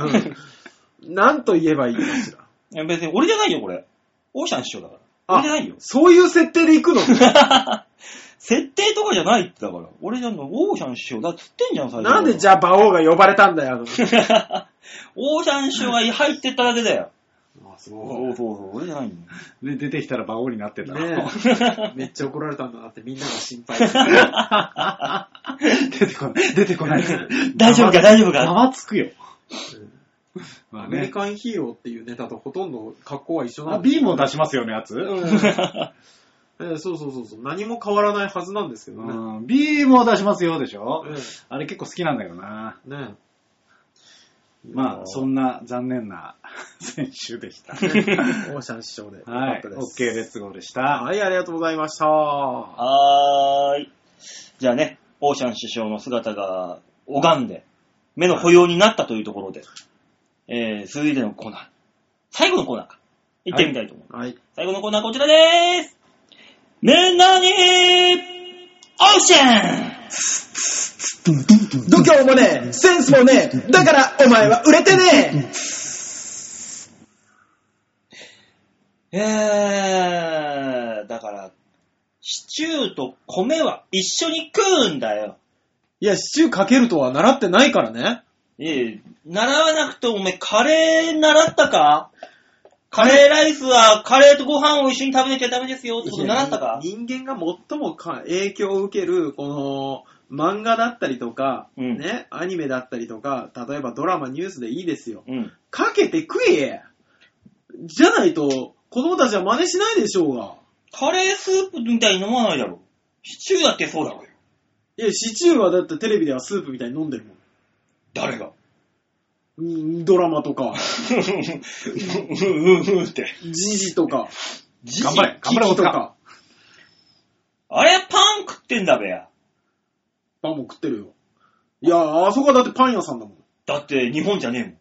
え。なんと言えばいいかしら。いや別に俺じゃないよ、これ。オーシャン師匠だから。あ俺じゃないよ。そういう設定で行くの (laughs) 設定とかじゃないってだから。俺じゃんの、オーシャン師匠だっつってんじゃん、最初。なんでじゃあ馬王が呼ばれたんだよ。オーシャン師匠が入ってっただけだよ。あ、そうそうそう、俺じゃないんだよ。で、出てきたら馬王になってた。ねえ。めっちゃ怒られたんだなってみんなが心配。出てこない。出てこ (laughs) ない。大丈夫か、大丈夫か。縄つくよ。まアあメリね。カンヒーローっていうネタとほとんど格好は一緒なあ、んですビームを出しますよね、やつ。ええそうそうそうそう。何も変わらないはずなんですけどね。うんビームを出しますよでしょえあれ結構好きなんだけどな。えねまあ、そんな残念な (laughs) 選手でした。え。オーシャン師匠で。 (laughs) よかはっい。た OK レッツゴーでした。はい、ありがとうございました。ははーい。じゃあね、オーシャン師匠の姿が拝んで、目の保養になったというところで、えー、続いてのコーナー。最後のコーナーか。行ってみたいと思う。い。最後のコーナーこちらでーす。みんなに、オーシャン度胸もねえ、センスもねえ、だからお前は売れてねえー、だから、シチューと米は一緒に食うんだよ。いや、シチューかけるとは習ってないからね。ええ、習わなくておめえカレー習ったかカレーライスはカレーとご飯を一緒に食べなきゃダメですよってこと習ったか人間が最もか影響を受ける、この、漫画だったりとか、うんね、アニメだったりとか、例えばドラマ、ニュースでいいですよ。うん。かけて食えじゃないと、子供たちは真似しないでしょうが。カレースープみたいに飲まないだろ。シチューだってそうだろうよ。いや、シチューはだってテレビではスープみたいに飲んでるもん。誰がうんドラマとか、うんうんうんって。時事とか、頑張れ危機とおっか。あれパン食ってんだべや。パンも食ってるよ。いや、あそこはだってパン屋さんだもん。だって日本じゃね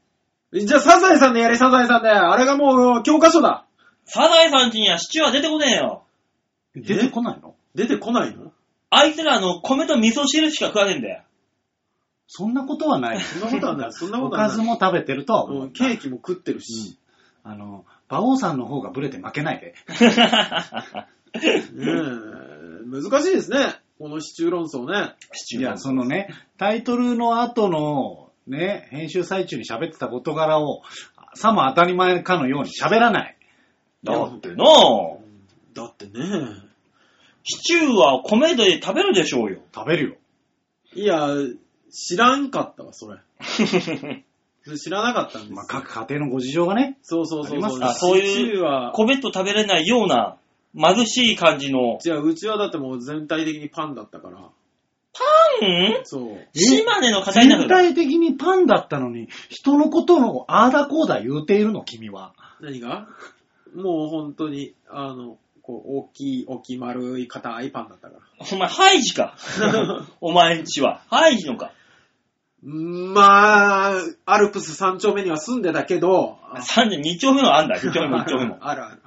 えもん。じゃあ、サザエさんでやれ、サザエさんで。あれがもう、教科書だ。サザエさんちにはシチューは出てこねえよ。出てこないの出てこないのあいつらあの、米と味噌汁しか食わねえんだよ。そんなことはない。そんなことはない。そんなおことかはずない。も食べてるとは思う。うんケーキも食ってるし。あの、馬王さんの方がブレて負けないで。ねえ難しいですね。このシチュー論争ね。シチュいーや、そのね、タイトルの後の、ね、編集最中に喋ってた事柄を、さも当たり前かのように喋らない。だってなだってね。シチューは米で食べるでしょうよ。食べるよ。いや、知らんかったわ、それ。知らなかったんですよ。まあ、各家庭のご事情がね、そうそうそうそう。あそういうシチューは、米と食べれないような、貧しい感じの。じゃあうちはだってもう全体的にパンだったから。うんそう。島根の方になる全んだ。体的にパンだったのに、人のことをああだこうだ言うているの、君は。何がもう本当に、あの、こう、大きい、大きい丸い、硬いパンだったから。お前、ハイジ (laughs) か。お前んちは。ハイジのか。まあ、アルプス三丁目には住んでたけど、あ32丁目もあんだ。2丁目も1丁目も。 (laughs) あるある。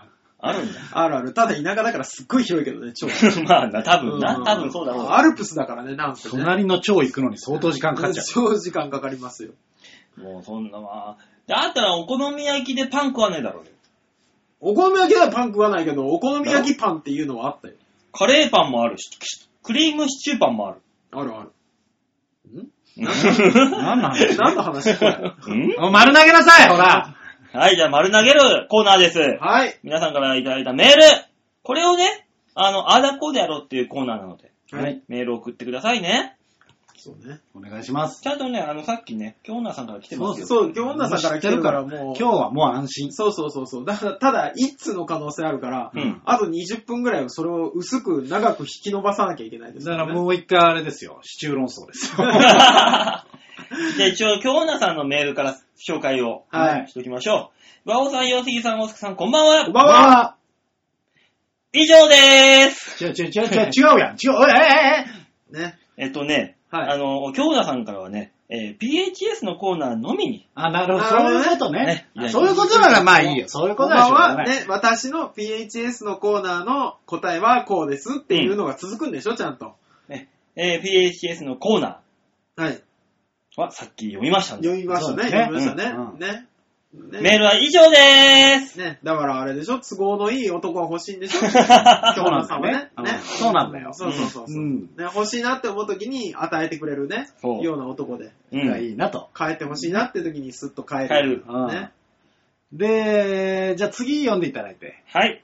あるんだ。 (laughs) あるある。ただ田舎だからすっごい広いけどね、超。まあな、多分うな。ん多分そうだろう。アルプスだからね、なんせね。隣の町行くのに相当時間かかっちゃう。超時間かかりますよ。もうそんなまあ。だったらお好み焼きでパン食わねえだろうよ。お好み焼きではパン食わないけど、お好み焼きパンっていうのはあったよ。カレーパンもあるし、クリームシチューパンもある。あるある。んなんなんだ何の話 (laughs) これん (laughs) お丸投げなさい、ほらはい、じゃあ丸投げるコーナーです。はい。皆さんからいただいたメール。これをね、あの、あーだこうでやろうっていうコーナーなので、はい。メールを送ってくださいね。そうね。お願いします。ちゃんとね、あの、さっきね、京奈さんから来てますよ。そう、今日女さんから来てるからもう。今日はもう安心。そうそうそうそう。だから、ただ、一通の可能性あるから、うんあと20分ぐらいはそれを薄く長く引き伸ばさなきゃいけないです、だからう。もう一回あれですよ、シチュー論争 (laughs) です (laughs) よ。じゃあ一応、京奈さんのメールから紹介をはい。しておきましょう。和尾さん、洋杉さん、大塚さん、こんばんは。こんばんは。以上でーす。違う違う違う違う違うやん。違う。ええええね。えっとね、はいあの、京奈さんからはね、えー PHS のコーナーのみに、あ、なるほど。なるそほうどいねうね。ことねあそういうことならまあいいよ。そういうこことんばんはしょうがは、ない。ね、私の PHS のコーナーの答えはこうですっていうのが続くんでしょ、ちゃんと。えー PHS のコーナはい。ーはさっき読みましたんで読みましたね。そうだね読みましたね。うんね。ねメールは以上で (laughs) ーす。ね、だからあれでしょ都合のいい男が欲しいん (laughs) でしょそうなんだよね今日の朝はねねうんそうなんだよ。そうそうそうそう、うんね。欲しいなって思う時に与えてくれるね、そうような男で。うがん。いいなと。変えてほしいなって時にスッと変える。変えるうんね。で、じゃあ次読んでいただいて。はい。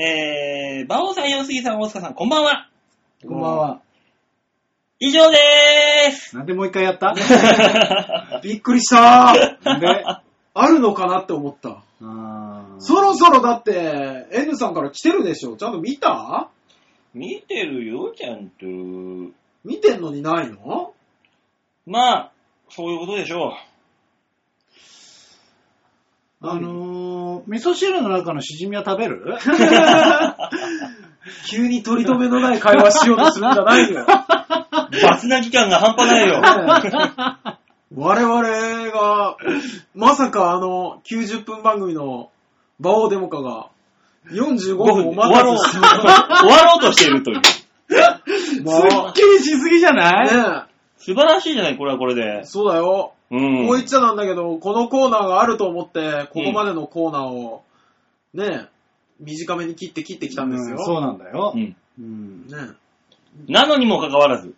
えー、馬王さん、洋杉さん、大塚さん、こんばんは。こんばんは。以上でーす。なんでもう一回や (laughs) ったびっくりした (laughs) ーなん (laughs) であるのかなって思った。あーそろそろだって、N さんから来てるでしょちゃんと見た (laughs) 見てるよ、ちゃんと。見てんのにないのまあ、そういうことでしょう。あのー、味噌汁の中のしじみは食べ (laughs) る急に取り留めのない会話しようとするんじゃない (laughs) よ。バツな期間が半端ないよ。我々が、まさかあの、90分番組の、馬王デモカが、5 45分分をで終わろう。待たせ終てわろうとしているという。し (laughs) すっきりしすぎじゃないまう。ね素晴らしいじゃない、これはこれでえ。そうだよ。うこう言んっ。ちゃなんだけど、このコーナーがあると思って、ここまでのコーナーを、ねえ、短めに切って切ってきたんですよ。うんそうなんだよう。んうんねえなのにもかかわらず、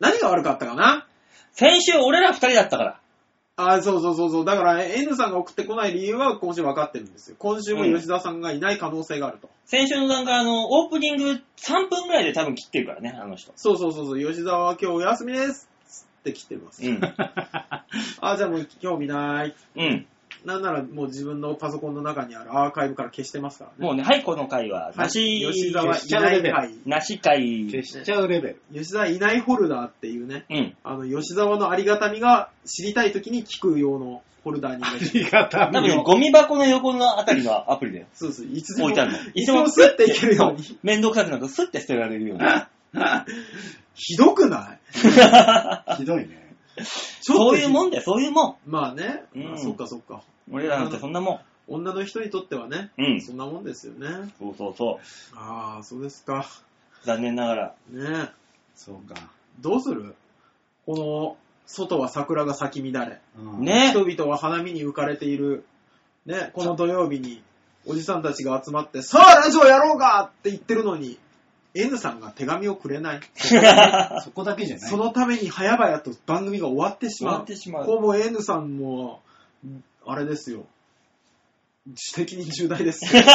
何が悪かったかな先週俺ら二人だったから。あそうそうそうそう。だから、N さんが送ってこない理由は今週分かってるんですよ。今週も吉田さんがいない可能性があると。先週の段階、あの、オープニング3分ぐらいで多分切ってるからね、あの人。そうそうそうそう、吉沢は今日お休みですって来てまうす。ん。あ、じゃあもう興味ない。 (laughs) うん。なんならもう自分のパソコンの中にあるアーカイブから消してますからね。もうね、はい、この回は、はいなし、吉沢消しちゃういレベなルい回。なし会。消しちゃうレベル。吉沢いないフォルダーっていうね、うん。あの、吉沢のありがたみが知りたい時に聞く用のフォルダーに入 (laughs) れあてりがた多み分、を。ゴミ箱の横のあたりのアプリだよ。そうそう、いつでも (laughs) 置いてあるの。いつでもスッていけるようそに。めんどくさくなくスッて捨てられるように。ひどくないひどいね。ちょっとそういうもんだよ、そういうもまあね、うんあそっかそっか。ん。俺らなんてそんなも女の人にとってはね、うんそんなもんですよね。そうそうそああ、そうですか。う。残念ながら。ねえそうか。どうするこの、外は桜が咲き乱れ。うんね人々は花見に浮かれている。ね、この土曜日に、おじさんたちが集まって、さあ、ラジオやろうかって言ってるのに、N さんが手紙をくれない。そこだけじゃない。そのために早々と番組が終わってし終まわうっ。てしまう。ほぼ N さんも、あれですよ。知的に重大です (laughs) よ。 (laughs)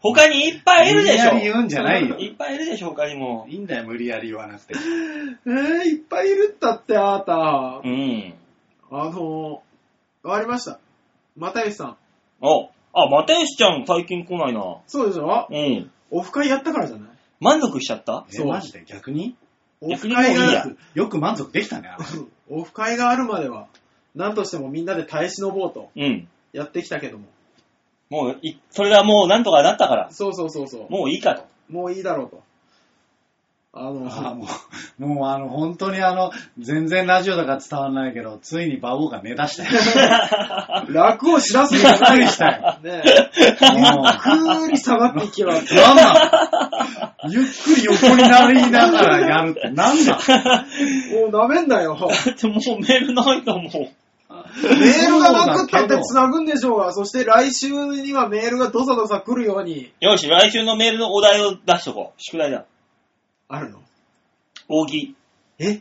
他にいっぱいいるでしょ。無理やり言うんじゃないよいっぱいいるでしょ、他にも。いいんだよ、無理やり言わなくて。えー、いっぱいいるったって、あーたう。ん。あのー、わかりました。又吉さん。お、あ、又吉ちゃん最近来ないな。そうでしょうん。オフ会やったからじゃない満足しちゃったえ、そうマジで逆にオフい会やいいがや、よく満足できたね、あれ (laughs) オフ会があるまでは、何としてもみんなで耐え忍ぼうとうん。やってきたけども。もうい、それがもうなんとかなったから、そうそうそうそう。もういいかと。もういいだろうと。あのあー、もう、もうあの、本当にあの、全然ラジオだから伝わらないけど、ついに馬王が寝出したよ。楽を知らすんじゃないびっくり (laughs) したねえ。もう、ゆっくり下がっていけば。なんだゆっくり横になりながらやるって、なんだもうダメんだよ。 (laughs) だってもうメールないと思う。メールがなくったって繋ぐんでしょうが、そして来週にはメールがドサドサ来るように、よし、来週のメールのお題を出しとこう。宿題だ。あるの。大喜利。え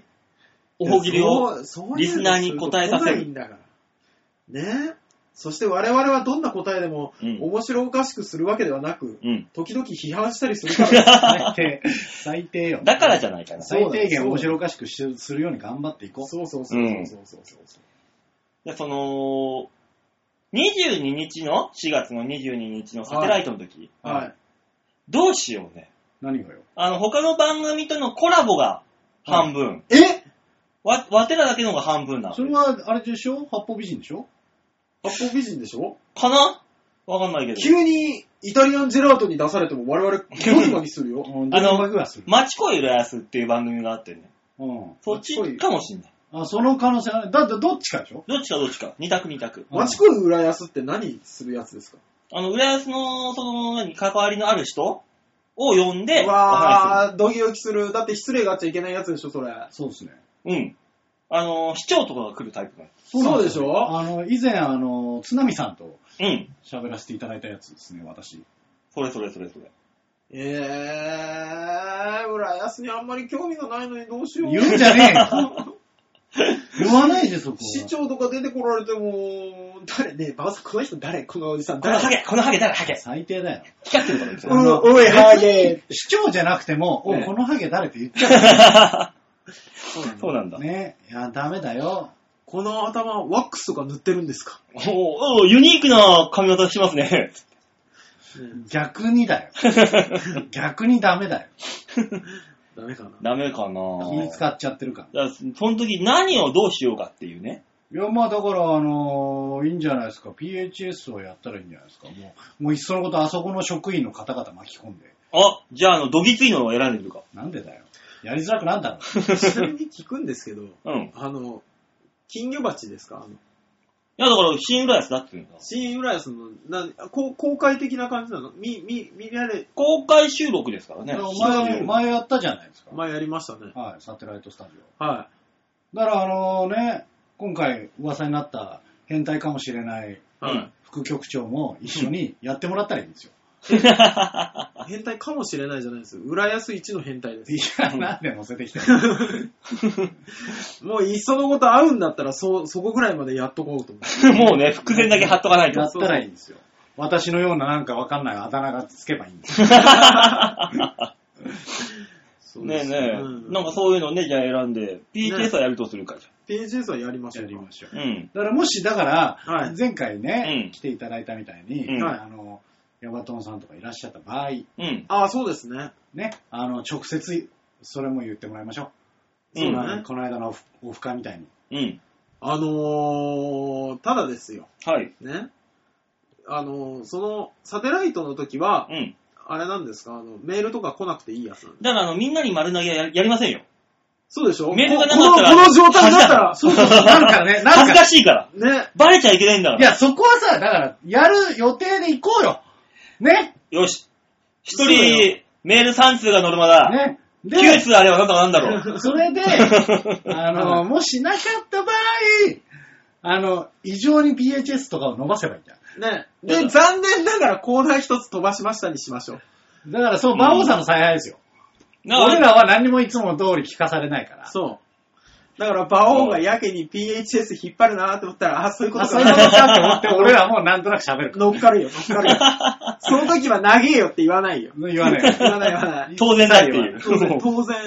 大喜利を。そうそういうのリスナーに答えさせる来ないんだから。ねえ。そして我々はどんな答えでもうん面白おかしくするわけではなく、 (laughs) うん。時々批判したりする (laughs) から。最低、最低よ。だからじゃないかな。最低限面白おかしくしするように頑張っていこそうそうそうそうそうそうそうで、その、22日の、4月の22日のサテライトの時、はい。どうしようね。う。何がよ。あの、他の番組とのコラボが半分。えわ、わてらだけのが半分なの。それは、あれでしょ八方美人でしょ八方美人でしょかなわかんないけど。急にイタリアンジェラートに出されても我々興味にするよ。うん、どのバグはする。マチコイ浦安っていう番組があってね。うん。そっちかもしんない。あ、その可能性ある。だってどっちかでしょどっちかどっちか。二択二択。うんマチコイ浦安って何するやつですかあの、浦安の、その、何、関わりのある人を呼んで、お話うしわー、ドキドキする。だって失礼があっちゃいけないやつでしょ、それ。そうですね。する。うん。あの、市長とかが来るタイプの。そうでしょあの、以前、あの、津波さんとうん。喋らせていただいたやつですね、私。それそれそれそれ。えー、浦安にあんまり興味がないのにどうしよう。言うんじゃねえよ。言わないでそこは。市長とか出てこられても、誰ねえ、ばあさん、この人誰このおじさんこの誰ハゲ、このハゲ誰ハゲ。最低だよ。光ってるからですうよ。ん、おい、ハゲ。市長じゃなくても、ねおこのハゲ誰って言っちゃそうなんだ。う。ねいや、ダメだよ。この頭、ワックスとか塗ってるんですかおーおーユニークな髪型してますね。 (laughs) 逆にだよ。逆にダメだよ。ダメかな。ダメかな気使っちゃってるかだからその時何をどうしようかっていうね。ら。いや、まあだから、あのーいいんじゃないですか。PHS をやったらいいんじゃないですか。もう、もういっそのことあそこの職員の方々巻き込んで。あ、じゃあ、あの、どぎついのを選んでみるか。なんでだよ。やりづらくなんだろう。ちなみに聞くんですけど、うん。あの、金魚鉢ですかあの、いや、だから、新浦安だっていうんだ。新浦安の、なこう公開的な感じなの見、見、見られ、公開収録ですからね。でも前、前やったじゃないですか。前やりましたね。はい、サテライトスタジオ。はだから、あのね、今回噂になった変態かもしれないい。うはいん。副局長も一緒にやってもらったらいいんですよ。変態かもしれないじゃないです。浦安一の変態いです。や、なんで乗せてきたのもういっそのこと会うんだったら、そ、そこぐらいまでやっとこうと思う。 (laughs) もうね、伏線だけ貼っとかないとやっ。たらいいんですよ。私のようななんかわかんないあだ名がつけばいいんですよ。そうねえでねすえ、うんなんかそういうのね、じゃあ選んで、PTS はやるとするかじ PJS はやりましやょうか。りましょう。ゃん。うん。だからもし、だから、はい前回ね、うん来ていただいたみたいに、うんあの、ヤバトンさんとかいらっしゃった場合、うん。ああ、そうですね。ね、あの、直接、それも言ってもらいましょう。うんそのこの間のオフオフ会みたいに。うん。あのー、ただですよ。はい。ね。あのー、その、サテライトの時はう、ん。あれなんですかあの、メールとか来なくていいやつなんでだから、あの、みんなに丸投げはややりませんよ。そうでしょメールがなこかったらこのこの状態だったら、そうそうそう、なんかね、な恥ずん (laughs) かか、しいから。ね。バレちゃいけないんだから。いや、そこはさ、だから、やる予定で行こうよ。ね。よし。一そうだ人、メール3通がノルマだ。ね。で、 9通あればなんとかなんだろう。(laughs) それで、あの、もしなかった場合、あの、異常に PHS とかを伸ばせばいいじゃ (laughs) ね。で、残念ながらコーナー一つ飛ばしましたにしましょう。ん。だから、そう、馬王さんの采配ですよ。 (laughs) なんか俺らは何にもいつも通り聞かされないから。そう。だから、馬王がやけに PHS 引っ張るなと思ったら、あ、そういうことあ、かそういうことかって思って、俺らもうなんとなく喋る (laughs) か乗っかるよ、乗っかるよ。 (laughs) その時は長えよって言わないよ。ら。言わない。言わない言わない。当然だっていう。当然、も当然。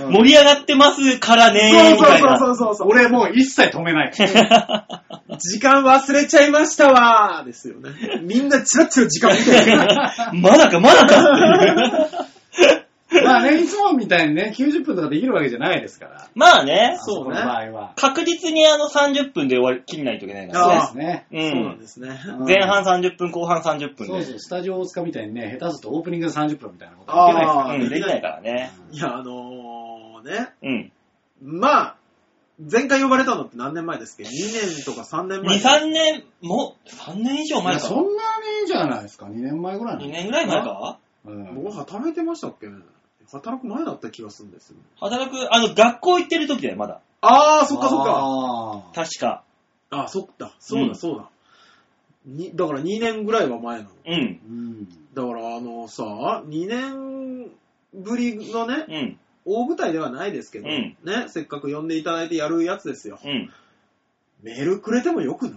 う盛り上がってますからねー、みたいな。そうそうそうそう。俺もう一切止 (laughs) めない。時間忘れちゃいましたわーですよね。みんなチラッチラ時間見てる。まだか、まだかっ (laughs) ていう。まあね、いつもみたいにね、90分とかできるわけじゃないですから。まあね、そうねこの場合は。確実にあの30分で終わり切んないといけないかそうであすね。 (laughs) ら。うそうなんん。ですね。うん前半30分、後半30分そうで。そう、スタジオ大塚みたいにね、下手するとオープニングで30分みたいなことあはあいけないうん、でですかきないからね。いら。や、あのー、ね。うん。まあ、前回呼ばれたのって何年前ですっけど、2年とか3年前。 2、3年、もう、3年以上い前やか。そんなにじゃないですか、2年前ぐらいの。 2年ぐらい前かうん僕働いてましたっけ働く前だった気がするんですよ。働く、あの、学校行ってる時だよ、まだ。あー、そっかそっか。あー確か。あー、そっか。そううんだ、そうだ。にだから2年ぐらいは前なの。うん。うん。だからあのさ、2年ぶりのね、うん。大舞台ではないですけど、うんね、せっかく呼んでいただいてやるやつですよ。うん。メールくれてもよくない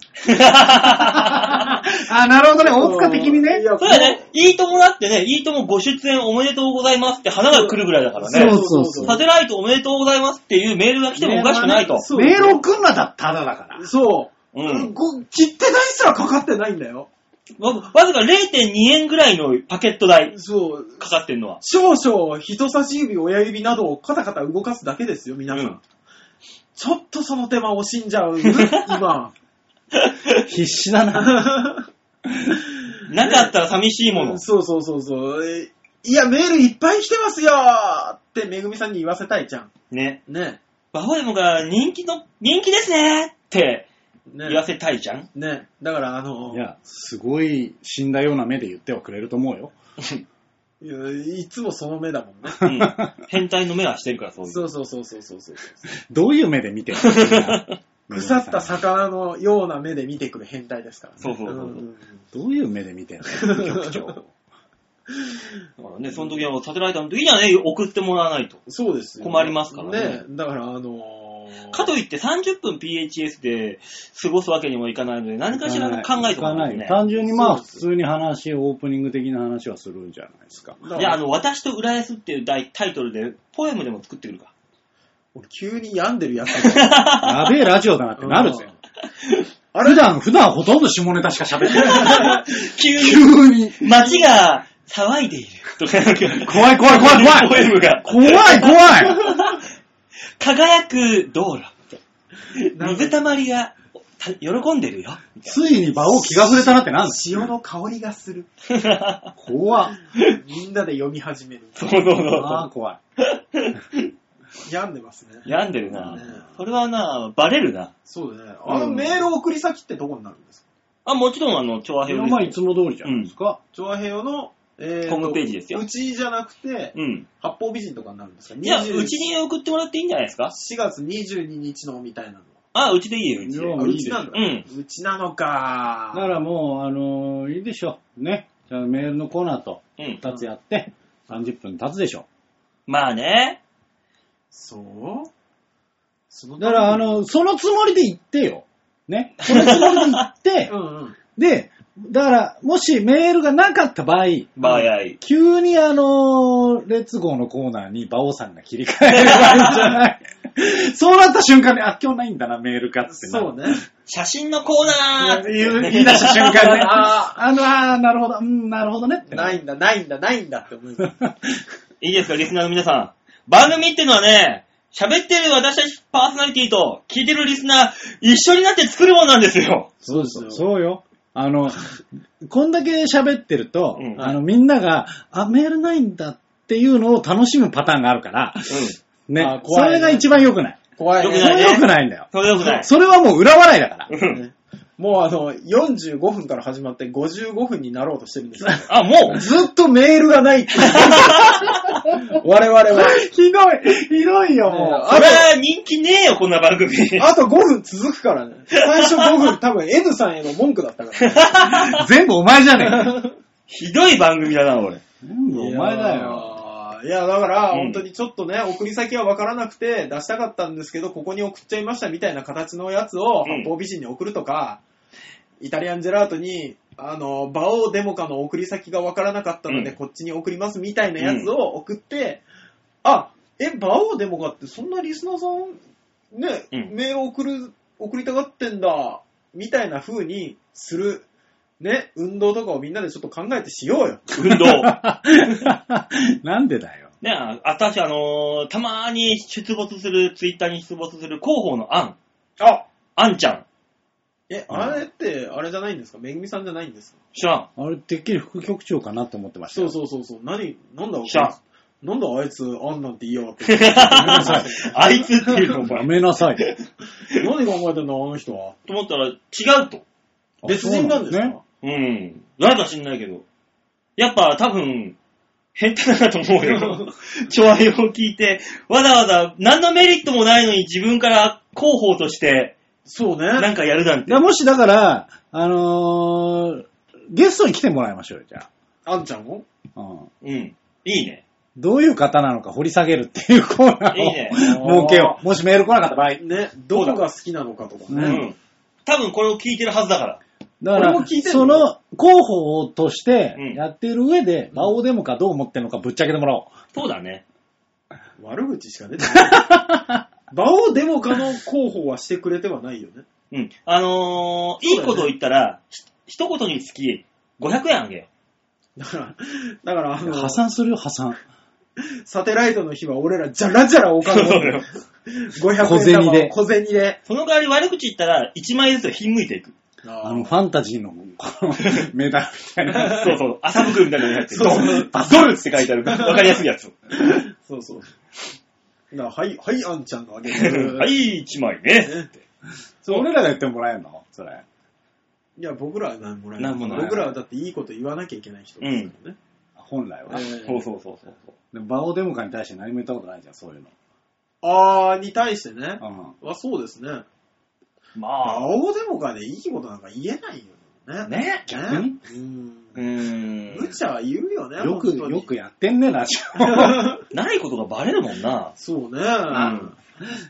あ、なるほどね、大塚的にいね。やそうだね。いいともだってね、いいともご出演おめでとうございますって花が来るぐらいだからそうね。そうそうそう。サテライトおめでとうございますっていうメールが来てもおかしくないと。そうメール送んなだっただだから。そうう、ん。ご切手代すらかかってないんだよ。わわずか0.2円ぐらいのパケット代そう。かかってんのは。少々人差し指、親指などをカタカタ動かすだけですよ、皆さん。うんちょっとその手間惜しんじゃ (laughs) う、今。必死だな。 (laughs) なかったら寂しいもの。そうそうそうそう。えーいや、メールいっぱい来てますよってめぐみさんに言わせたいじゃん。ね。ね。バオデモが人気の、人気ですねってね言わせたいじゃん。ね。だから、あのい、や、すごい死んだような目で言ってはくれると思うよ。いやいつもその目だもんね。うん。変態の目はしてるから、そういう。そうそうそうそうそうそう。どういう目で見てるのみんな (laughs) 腐った魚のような目で見てくる変態ですからね。そうそうそうそうんんどういう目で見てるの局長。だからね、その時はサテライトの時にはね、送ってもらわないと。そうですよ困りますからねね。だから、あのーかといって30分 PHS で過ごすわけにもいかないので、何かしらの考えとかなないいとよね。単純にまあ普そうです通に話、オープニング的な話はするんじゃないですか。だからじゃあ、あの、私と浦安っていう題タイトルで、ポエムでも作ってくるか。俺急に病んでるやつだなやべえラジオだなってなるぜ。あ普段、普段ほとんど下ネタしか喋ってない。急に、 (laughs) 急に。街が騒いでいる。とか、なんか、怖い怖い怖い怖ポエいムが、怖い怖い輝く道路。なん水かたまりが、た喜んでるよ。ついに場を気が触れたなってなんだ潮の香りがする。怖い。みんなで読み始める。そうそうそあうそあ、怖い。病んでますねう。。病んでるなね。それはな、バレるな。そうだね。あのメール送り先ってどこになるんですかあ、もちろん、あの、調和そ表れはですまあいつも通りじゃないですか。調和平和の、えとホームページですようちじゃなくて、うん。八方美人とかになるんですかいや、 20うちに送ってもらっていいんじゃないですか4月22日のみたいなのは。あ、うちでいいよ、うちいでや。あいいうでちしょなんだ。ううちなのかだからもう、あのーいいでしょう。ね。じゃあメールのコーナーとうん。 2つやって、30分経つでしょまあね。そうそのう。だから、あの、そのつもりで言ってよ。ね。そのつもりで言って (laughs) う、んうん。で、だから、もしメールがなかった場合、場合合い。急にあのーレッツゴーのコーナーに馬王さんが切り替えればいいんじゃないそうなった瞬間に、あ、今日ないんだな、メールがってなるそうね。。写真のコーナー言う言い出した瞬間ねああの、あーなるほど、うん、なるほどねって。ないんだ、ないんだ、ないんだって思う。 (laughs) いいですか、リスナーの皆さん。番組ってのはね、喋ってる私たちパーソナリティと聞いてるリスナー、一緒になって作るもんなんですよ。そうそうですよそうよ。あの、こんだけ喋ってると、うんあの、みんなが、あ、メールないんだっていうのを楽しむパターンがあるから、ねあ。そ怖いねれが一番良くない。怖いそよくないね。れ良くないんだよ。それよくない。それはもう裏笑いだから。もうあの、45分から始まって55分になろうとして (laughs) るんですよ。あ、もうずっとメールがないっていう我 (laughs) 々は。 (laughs) ひどい、ひどいよ、もそりゃ人気ねえよ、こんな番組。あと5分続くからね。最初5分多分 N さんへの文句だったから、ね。全部お前じゃねえか。ひどい番組だな、俺。全部お前だよ。いやー。いや、だから、うん本当にちょっとね、送り先は分からなくて、出したかったんですけど、ここに送っちゃいましたみたいな形のやつを、うん八方美人に送るとか、イタリアンジェラートに、あの、バオデモカの送り先が分からなかったので、うんこっちに送りますみたいなやつを送って、あ、え、バオデモカってそんなリスナーさん、ね、うんメール送る、送りたがってんだ、みたいな風にする、ね、運動とかをみんなでちょっと考えてしようよ。運動。なんでだよ。ね、あ私、あのーたまーに出没する、ツイッターに出没する広報のアン。あアンちゃん。え、うんあれって、あれじゃないんですかめぐみさんじゃないんですか知らん。あれ、てっきり副局長かなと思ってましたそうよ。そうそうそう。何、なんだ知らんなんだあいつ、あんなんて言いやが (laughs) って。あいつっていうの、おや前。めなさい。 (laughs) 何考えてんだ、あの人は。と思ったら、違うと。 (laughs) 別人なんですかね。うん。誰か知んないけど。やっぱ多分、変態だと思うよ。調和を聞いて、わざわざ何のメリットもないのに自分から広報として、そうなね。んかやるなんいて。やもしだから、あのーゲストに来てもらいましょうよ、じゃあんちゃん (laughs) をあ。うんうん。いいね。どういう方なのか掘り下げるっていうコーナーをいいね (laughs) 設けよう。もしメール来なかった場合。ね、どこが好きなのかとかううね。んん。多分これを聞いてるはずだから。だか俺もら聞い、てんのその広報としてうんやってる上で、魔王デモかどう思ってるのかぶっちゃけてもらおそうだね。悪口しか出て (laughs) ない。バオデモカの候補はしてくれてはないよね。うん。あのー、いいことを言ったら、ひ一言につき500円あげよだから、だから、あう。の、破産するよ、破産。サテライトの日は俺ら、じゃらじゃらお金持ってる。小500円銭玉でを小銭で。う。 (laughs) その代わり悪口言ったら、1枚ずつひんむいて (laughs) いく。あの、ファンタジーの、この、メダルみた (laughs) いな。そうそう。朝袋みたいなのに入ってる。そうドルって書いてある。 (laughs) わかりやすいやつ。そうそう。だからはい、はい、あんちゃんがあげてる。はい、1枚ね。それ俺らが言ってもらえるのそれ。いや、僕らは何もない。何もない僕らはだっていいこと言わなきゃいけない人ですからね。本来は。えーそうそうそうそうそう。でもバオデモカに対して何も言ったことないじゃん、そういうの。あーに対してね。うん。はそうですね。まあ、青でもかね、いいことなんか言えないよね。ね。ね。逆にうん。うー無ん。茶は言うよね。よく、本当に。よく。やってんね、ラジないことがバレるもんな (laughs) そうね。ん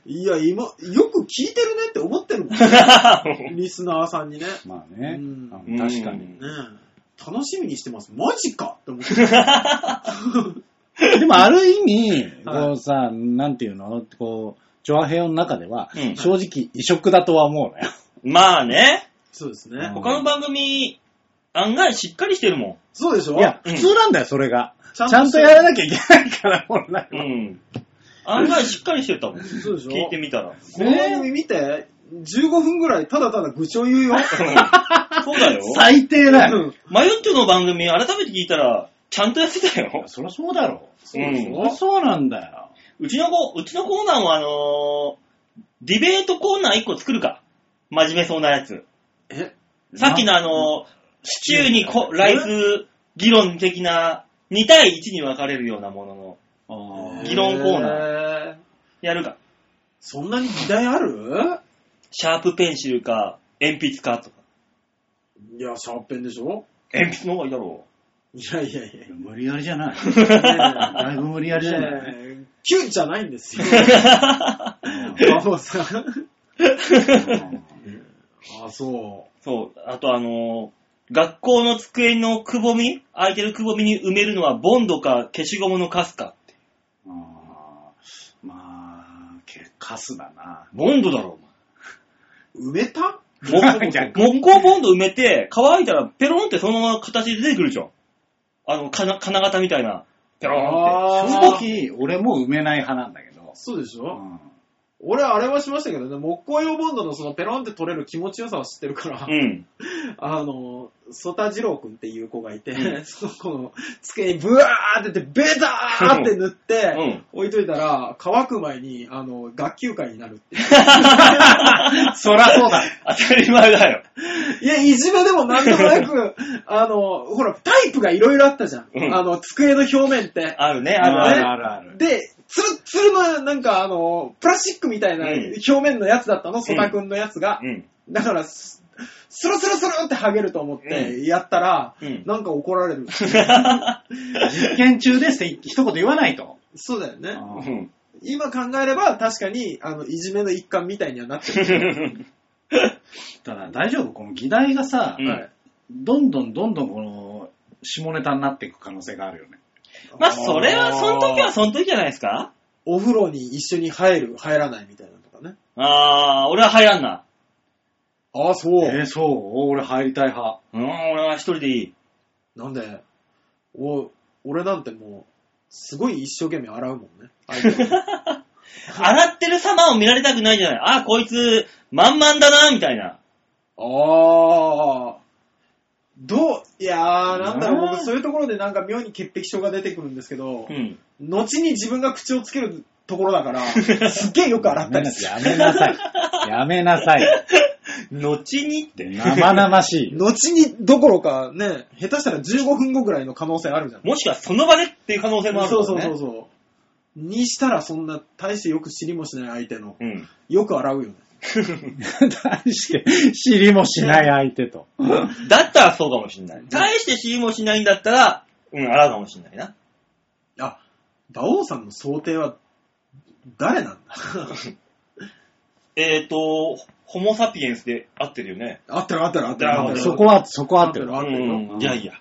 いや、今、よく聞いてるねって思ってるもん、 (laughs) うリスナーさんにね。オ。まあね。ううんんん確かに。ね楽しみにしてます。マジかって思って。 (laughs) でも、ある意味、はいこうさ、なんていうのこう、ジョアヘヨの中では、うん正直異色だとは思うのよ。まあね。そうですねう。ん他の番組、案外しっかりしてるもそうでしょいや、うん普通なんだよ、それが。ちちゃんとやらなきゃいけないから、本来ん。うは。ん。案外しっかりしてたもん。聞そうでしょいてみたら。この番組見て、15分ぐらいただただ愚痴を言うよ。そうだよ。最低だよ。うんマユッチョの番組、改めて聞いたら、ちゃんとやってたよ。そりゃそうだろ。うそん。りゃそうなんだよ。うちの子、うちのコーナーは、あのーディベートコーナー1個作るか。真面目そうなやつ。えさっきのあの、シチューにこライス議論的な、2対1に分かれるようなものの、あー (laughs) 議論コーナナー。やるか。そんなに議題あるシャープペンシルか、鉛筆かとか。いや、シャーペンでしょ鉛筆の方がいいだろ。いやいやい無理やりじゃない。や。だいぶ無理やりじゃない。ねえキュンじゃないんです (laughs) よ。馬王さん。うんあ、そうそう。あとあのー学校の机のくぼみ空いてるくぼみに埋めるのはボンドか消しゴムのカスか。あーまあ、けカスだな。ボンドだろ、う。埋めたお (laughs) 前。木逆木工ボンド埋めて、乾いたらペロンってそのまま形で出てくるじゃん。あの、金金型みたいな。ペロンって。あ正ー直、俺も埋めない派なんだけど。そうでしょうん俺あれはしましたけどね、木工用ボンドのそのペロンって取れる気持ちよさは知ってるから、うん。あの、ソタジロウくんっていう子がいて、うん (laughs) その子の机にブワーってやって、ベターって塗って、うん置いといたら、乾く前に、あの、学級会になるっていう。そらそうだ。当たり前だよ。いや、いじめでもなんでもな (laughs) く、あの、ほら、タイプがいろいろあったじゃん。うんあの、机の表面って。あるね、ああるるあある。るあるある。で、つるっつるの、なんかあの、プラスチックみたいなうん表面のやつだったの、ソタくんのやつがう。ん。だから、ススルスルスルって剥げると思って、やったら、うんなんか怒られる。実験中ですって一言言わないと。そうだよね。ううんん。今考えれば確かに、あの、いじめの一環みたいにはなってる。ただ大丈夫この議題がさ、うんはいどんどんどんどんこの、下ネタになっていく可能性があるよね。 (laughs) まあ、それは、その時はその時じゃないですかお風呂に一緒に入る、入らないみたいなのとかね。あー、俺は入らんな。ああ、そう。えーそう俺入りたい派。うん、俺は一人でいい。なんで、お、俺なんてもう、すごい一生懸命洗うもんね。相手を (laughs) 洗ってる様を見られたくないじゃない。あー、こいつ、満々だな、みたいな。ああ。どう、いやー、なんだろう、ね僕そういうところでなんか妙に潔癖症が出てくるんですけどう、ん。後に自分が口をつけるところだから、すっげえよく洗ったりする。やめなさい。やめなさい。後にって。生々しい。後にどころかね、下手したら15分後ぐらいの可能性あるじゃん。もしくはその場でっていう可能性もある、ね。そうそうそうそう。にしたらそんな大してよく知りもしない相手の、うん。よく洗うよね。大して、知りもしない相手と。だったらそうかもしんない。大して知りもしないんだったら、うん、洗うかもしんないな。あ、馬王さんの想定は誰なんだえっ、ー、と、ホモサピエンスで合ってるよね。合ってる合ってる合ってる合ってる。そこは、そこは合あっっててるるわ。合ってるよ。うん、いやいや。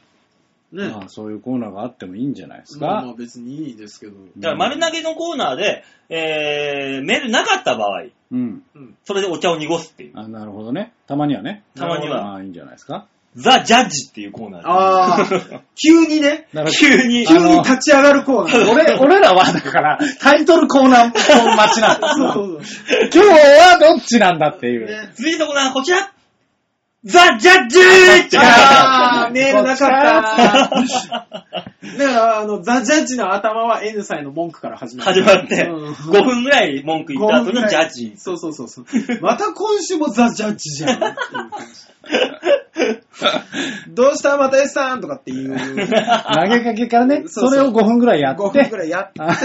ね。まあそういうコーナーがあってもいいんじゃないですまあまかあ。別にいいですけど。だから丸投げのコーナーで、えー、メールなかった場合、うん。それでお茶を濁すっていう。あなるほどね。たまにはね。たまにはまあいいんじゃないですか。ザ・ジャッジっていうコーナーで。(laughs) ああ、急にね、だから急に。急に立ち上がるコーナー。俺、俺らはだから、タイトルコーナーの待ちなんですそうよ。そうそう。今日はどっちなんだっていう。ね続いてのコーナーはこちらザ・ジャッジってあー、メールなかった。だから、あの、ザ・ジャッジの頭は N さんへの文句から始まる。始まって、うん5分ぐらい文句言った後のジャッジ。そうそうそうそう。また今週もザ・ジャッジじゃ (laughs) んっていう感じ。どうしたまた S さんとかっていう。投げかけからね、そうそうそれを5分ぐらいやって。 5分くらいや (laughs) ってあ、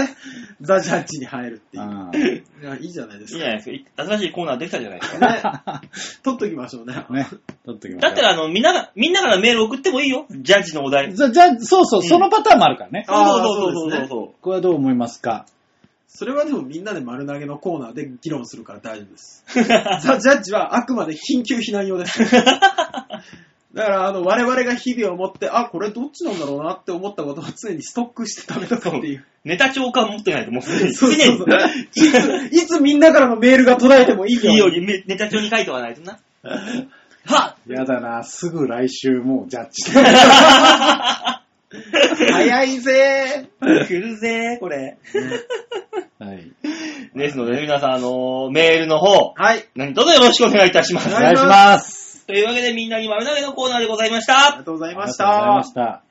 ザ・ジャッジに入るっていう。あーいや、いいじゃないでいいすじか。ゃないですか。新しいコーナーできたじゃないですか。ね、取っときましょうね。ね、取っときましょだうったら、あの、みんなが、みんなからメール送ってもいいよ。ジャッジのお題。じゃ、じゃ、そうそう、うんそのパターンもあるからね。あそーうそうそうそうそそう。これはどう思いますかそれはでもみんなで丸投げのコーナーで議論するから大丈 (laughs) 夫です。ザ・ジャッジはあくまで緊急避難用です。だから、あの、我々が日々を持って、あ、これどっちなんだろうなって思ったことを常にストックして食べとくっていう。ネタ帳感持ってないと思うすでに。そうそうそう常にいつ、い (laughs) つみんなからのメールが途絶えてもいいよ。いいようにめネタ帳に書いておかないと (laughs) な。はやだな、すぐ来週もうジャッジ。早いっぜ来るぜこれ。はい。ですので、皆さん、あのーメールの方、はい。何卒よろしくお願いいたしますお。は願いします。というわけで、みんなに丸投げのコーナーでございましありた。がとうございましありがとうございたま。した。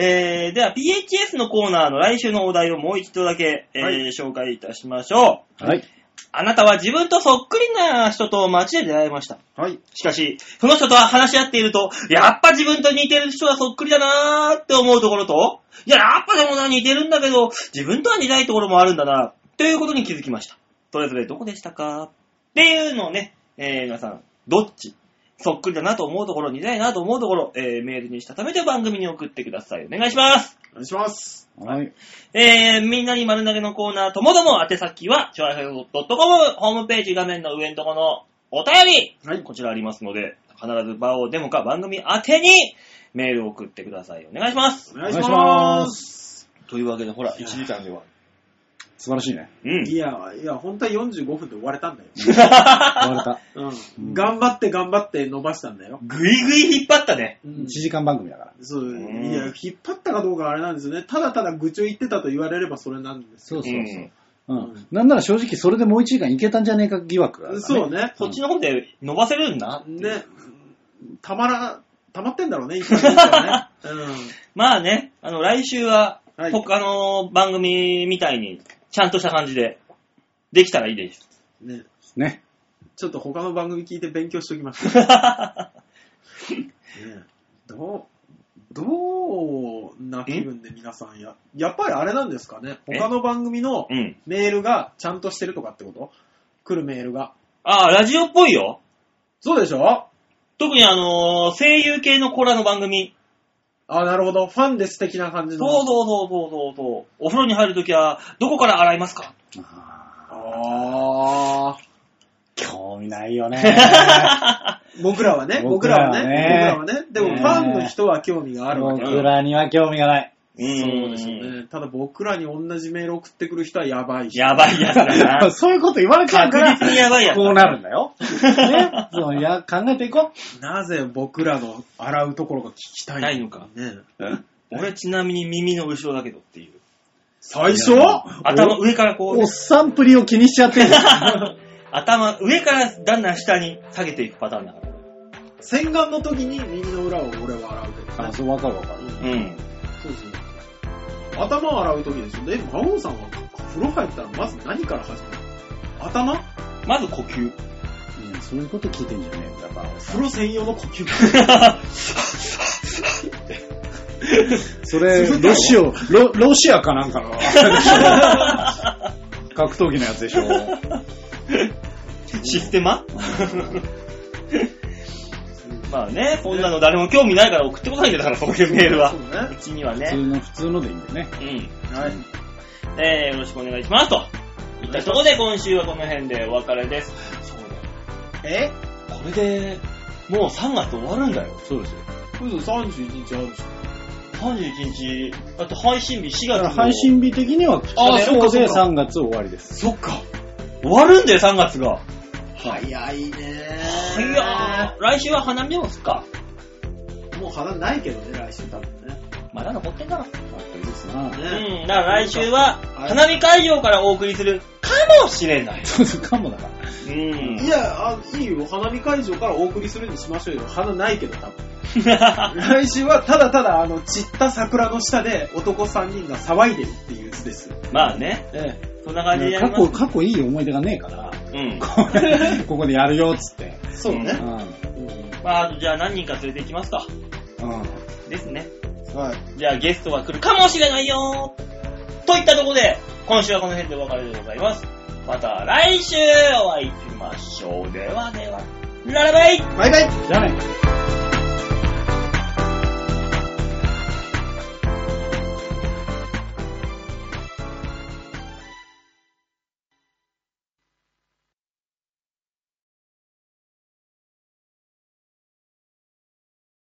えー、では、PHS のコーナーの来週のお題をもう一度だけ、えーはい紹介いたしましょう。はい。あなたは自分とそっくりな人と街で出会いました。はい。しかし、その人とは話し合っていると、やっぱ自分と似てる人はそっくりだなーって思うところと、いや、やっぱでもな、似てるんだけど、自分とは似ないところもあるんだな、ということに気づきました。それぞれどこでしたかっていうのをね、えー皆さん、どっちそっくりだなと思うところ、似ないなと思うところ、えーメールにしたためて番組に送ってください。お願いします。お願いします。はい。えー、みんなに丸投げのコーナーともども宛先は、ちょあへよ .com ホームページ画面の上のところのお便り、はいこちらありますので、必ず場をデモか番組宛てにメールを送ってください。お願いします。お願いしお願いしま。ますというわけで、ほら、1時間では。素晴らしいね。うん。いや、いや、本当は45分で終われたんだよ。 (laughs) 終われた。ううんん。頑張って頑張って伸ばしたんだよ。ぐいぐい引っ張ったね。うん1時間番組だから。そう、んいや、引っ張ったかどうかはあれなんですよね。ただただ愚痴を言ってたと言われればそれなんですよ。そうそうそう。ううんん。なんなら正直それでもう1時間いけたんじゃねえか疑惑があるからね、そうね。こっちの方で伸ばせるんだ。ね。たまら、たまってんだろうね、一緒に (laughs) ねうまあね、あの、来週は、はい他の番組みたいに、ちゃんとした感じで、できたらいい (laughs) です。ん。ね。ね。ちょっと他の番組聞いて勉強しときました。 (laughs) ねどう、どうな気分で皆さんや、やっぱりあれなんですかね。え他の番組のうん。メールがちゃんとしてるとかってこと来るメールが。ああ、ラジオっぽいよ。そうでしょ特にあのー声優系のコラの番組。あ、なるほど。ファンです的な感じそうの。そうそうそうそうそう。お風呂に入るときは、どこから洗いますかああーー興味ないよね。僕らはね、僕僕ららははねね、僕らはね。でもファンの人は興味があるわけ。僕らには興味がない。。うそうですよん。ね。ただ僕らに同じメール送ってくる人はやばいし。やばいやつだなそういうこと言われちゃうから、 (laughs) 確実にやばいやつこうなるんだよ。ね。そういや、考えていこなぜ僕らの洗うところが聞きたいないのか。ね俺ちなみに耳の後ろだけどっていう。最初い頭上からこうう。おっね、さんぷりを気にしちゃってる。 (laughs) 頭上からだんだん下に下げていくパターンだから。洗顔の時に耳の裏を俺は洗うけどねあ、。そう、わかるわかる。うん。そうそう。頭を洗う時でしょ。で、魔王さんは風呂入ったらまず何から始める頭まず呼 (laughs) 吸。うんそういうこと聞いてんじゃねえんだから。風呂専用の呼吸。それ、ロシオ、ロ、ロシアかなんかの。格闘技のやつで (laughs) しょ。システマまあね、こんなの誰も興味ないから送ってこないんだから、そういうメールはそう。ねう。ちには普通ね。の、普通のでいいんだよね。うん。はい。えー、よろしくお願いしますと。いったところで今週はこの辺でお別れです。そうえだこれで、もう3月終わるんだよ。そうですよ。嘘31日あるでしょ。 31日、だって配信日4月だかのら配信日的には2あ日そっか後そっでか3月終わりです。そっか。終わるんだよ、3月が。早いねいやー、来週は花見でもすっか。もう花ないけどね、来週多分ね。まだ残ってんだろ。あったいいですな。ねうん、だから来週は、はい花見会場からお送りするかもしれない。そうそうかもだから。うん。い (laughs) や、あいいよ。花見会場からお送りするにしましょうよ。花ないけど、多分。あ (laughs) 来週は、ただただ、あの、散った桜の下で男3人が騒いでるっていう図ですよ。まあね、ええ。そんな感じでや過ります去、。過去いい思い出がねえから、うん。これここでやるよっつって。そううね。ん。まあ、あとじゃあ何人か連れて行きますか。うん。ですね。はい。じゃあゲストが来るかもしれないよーといったところで、今週はこの辺でお別れでございます。また来週お会いしましょう。ではでは、ララバイバイバイじゃあね。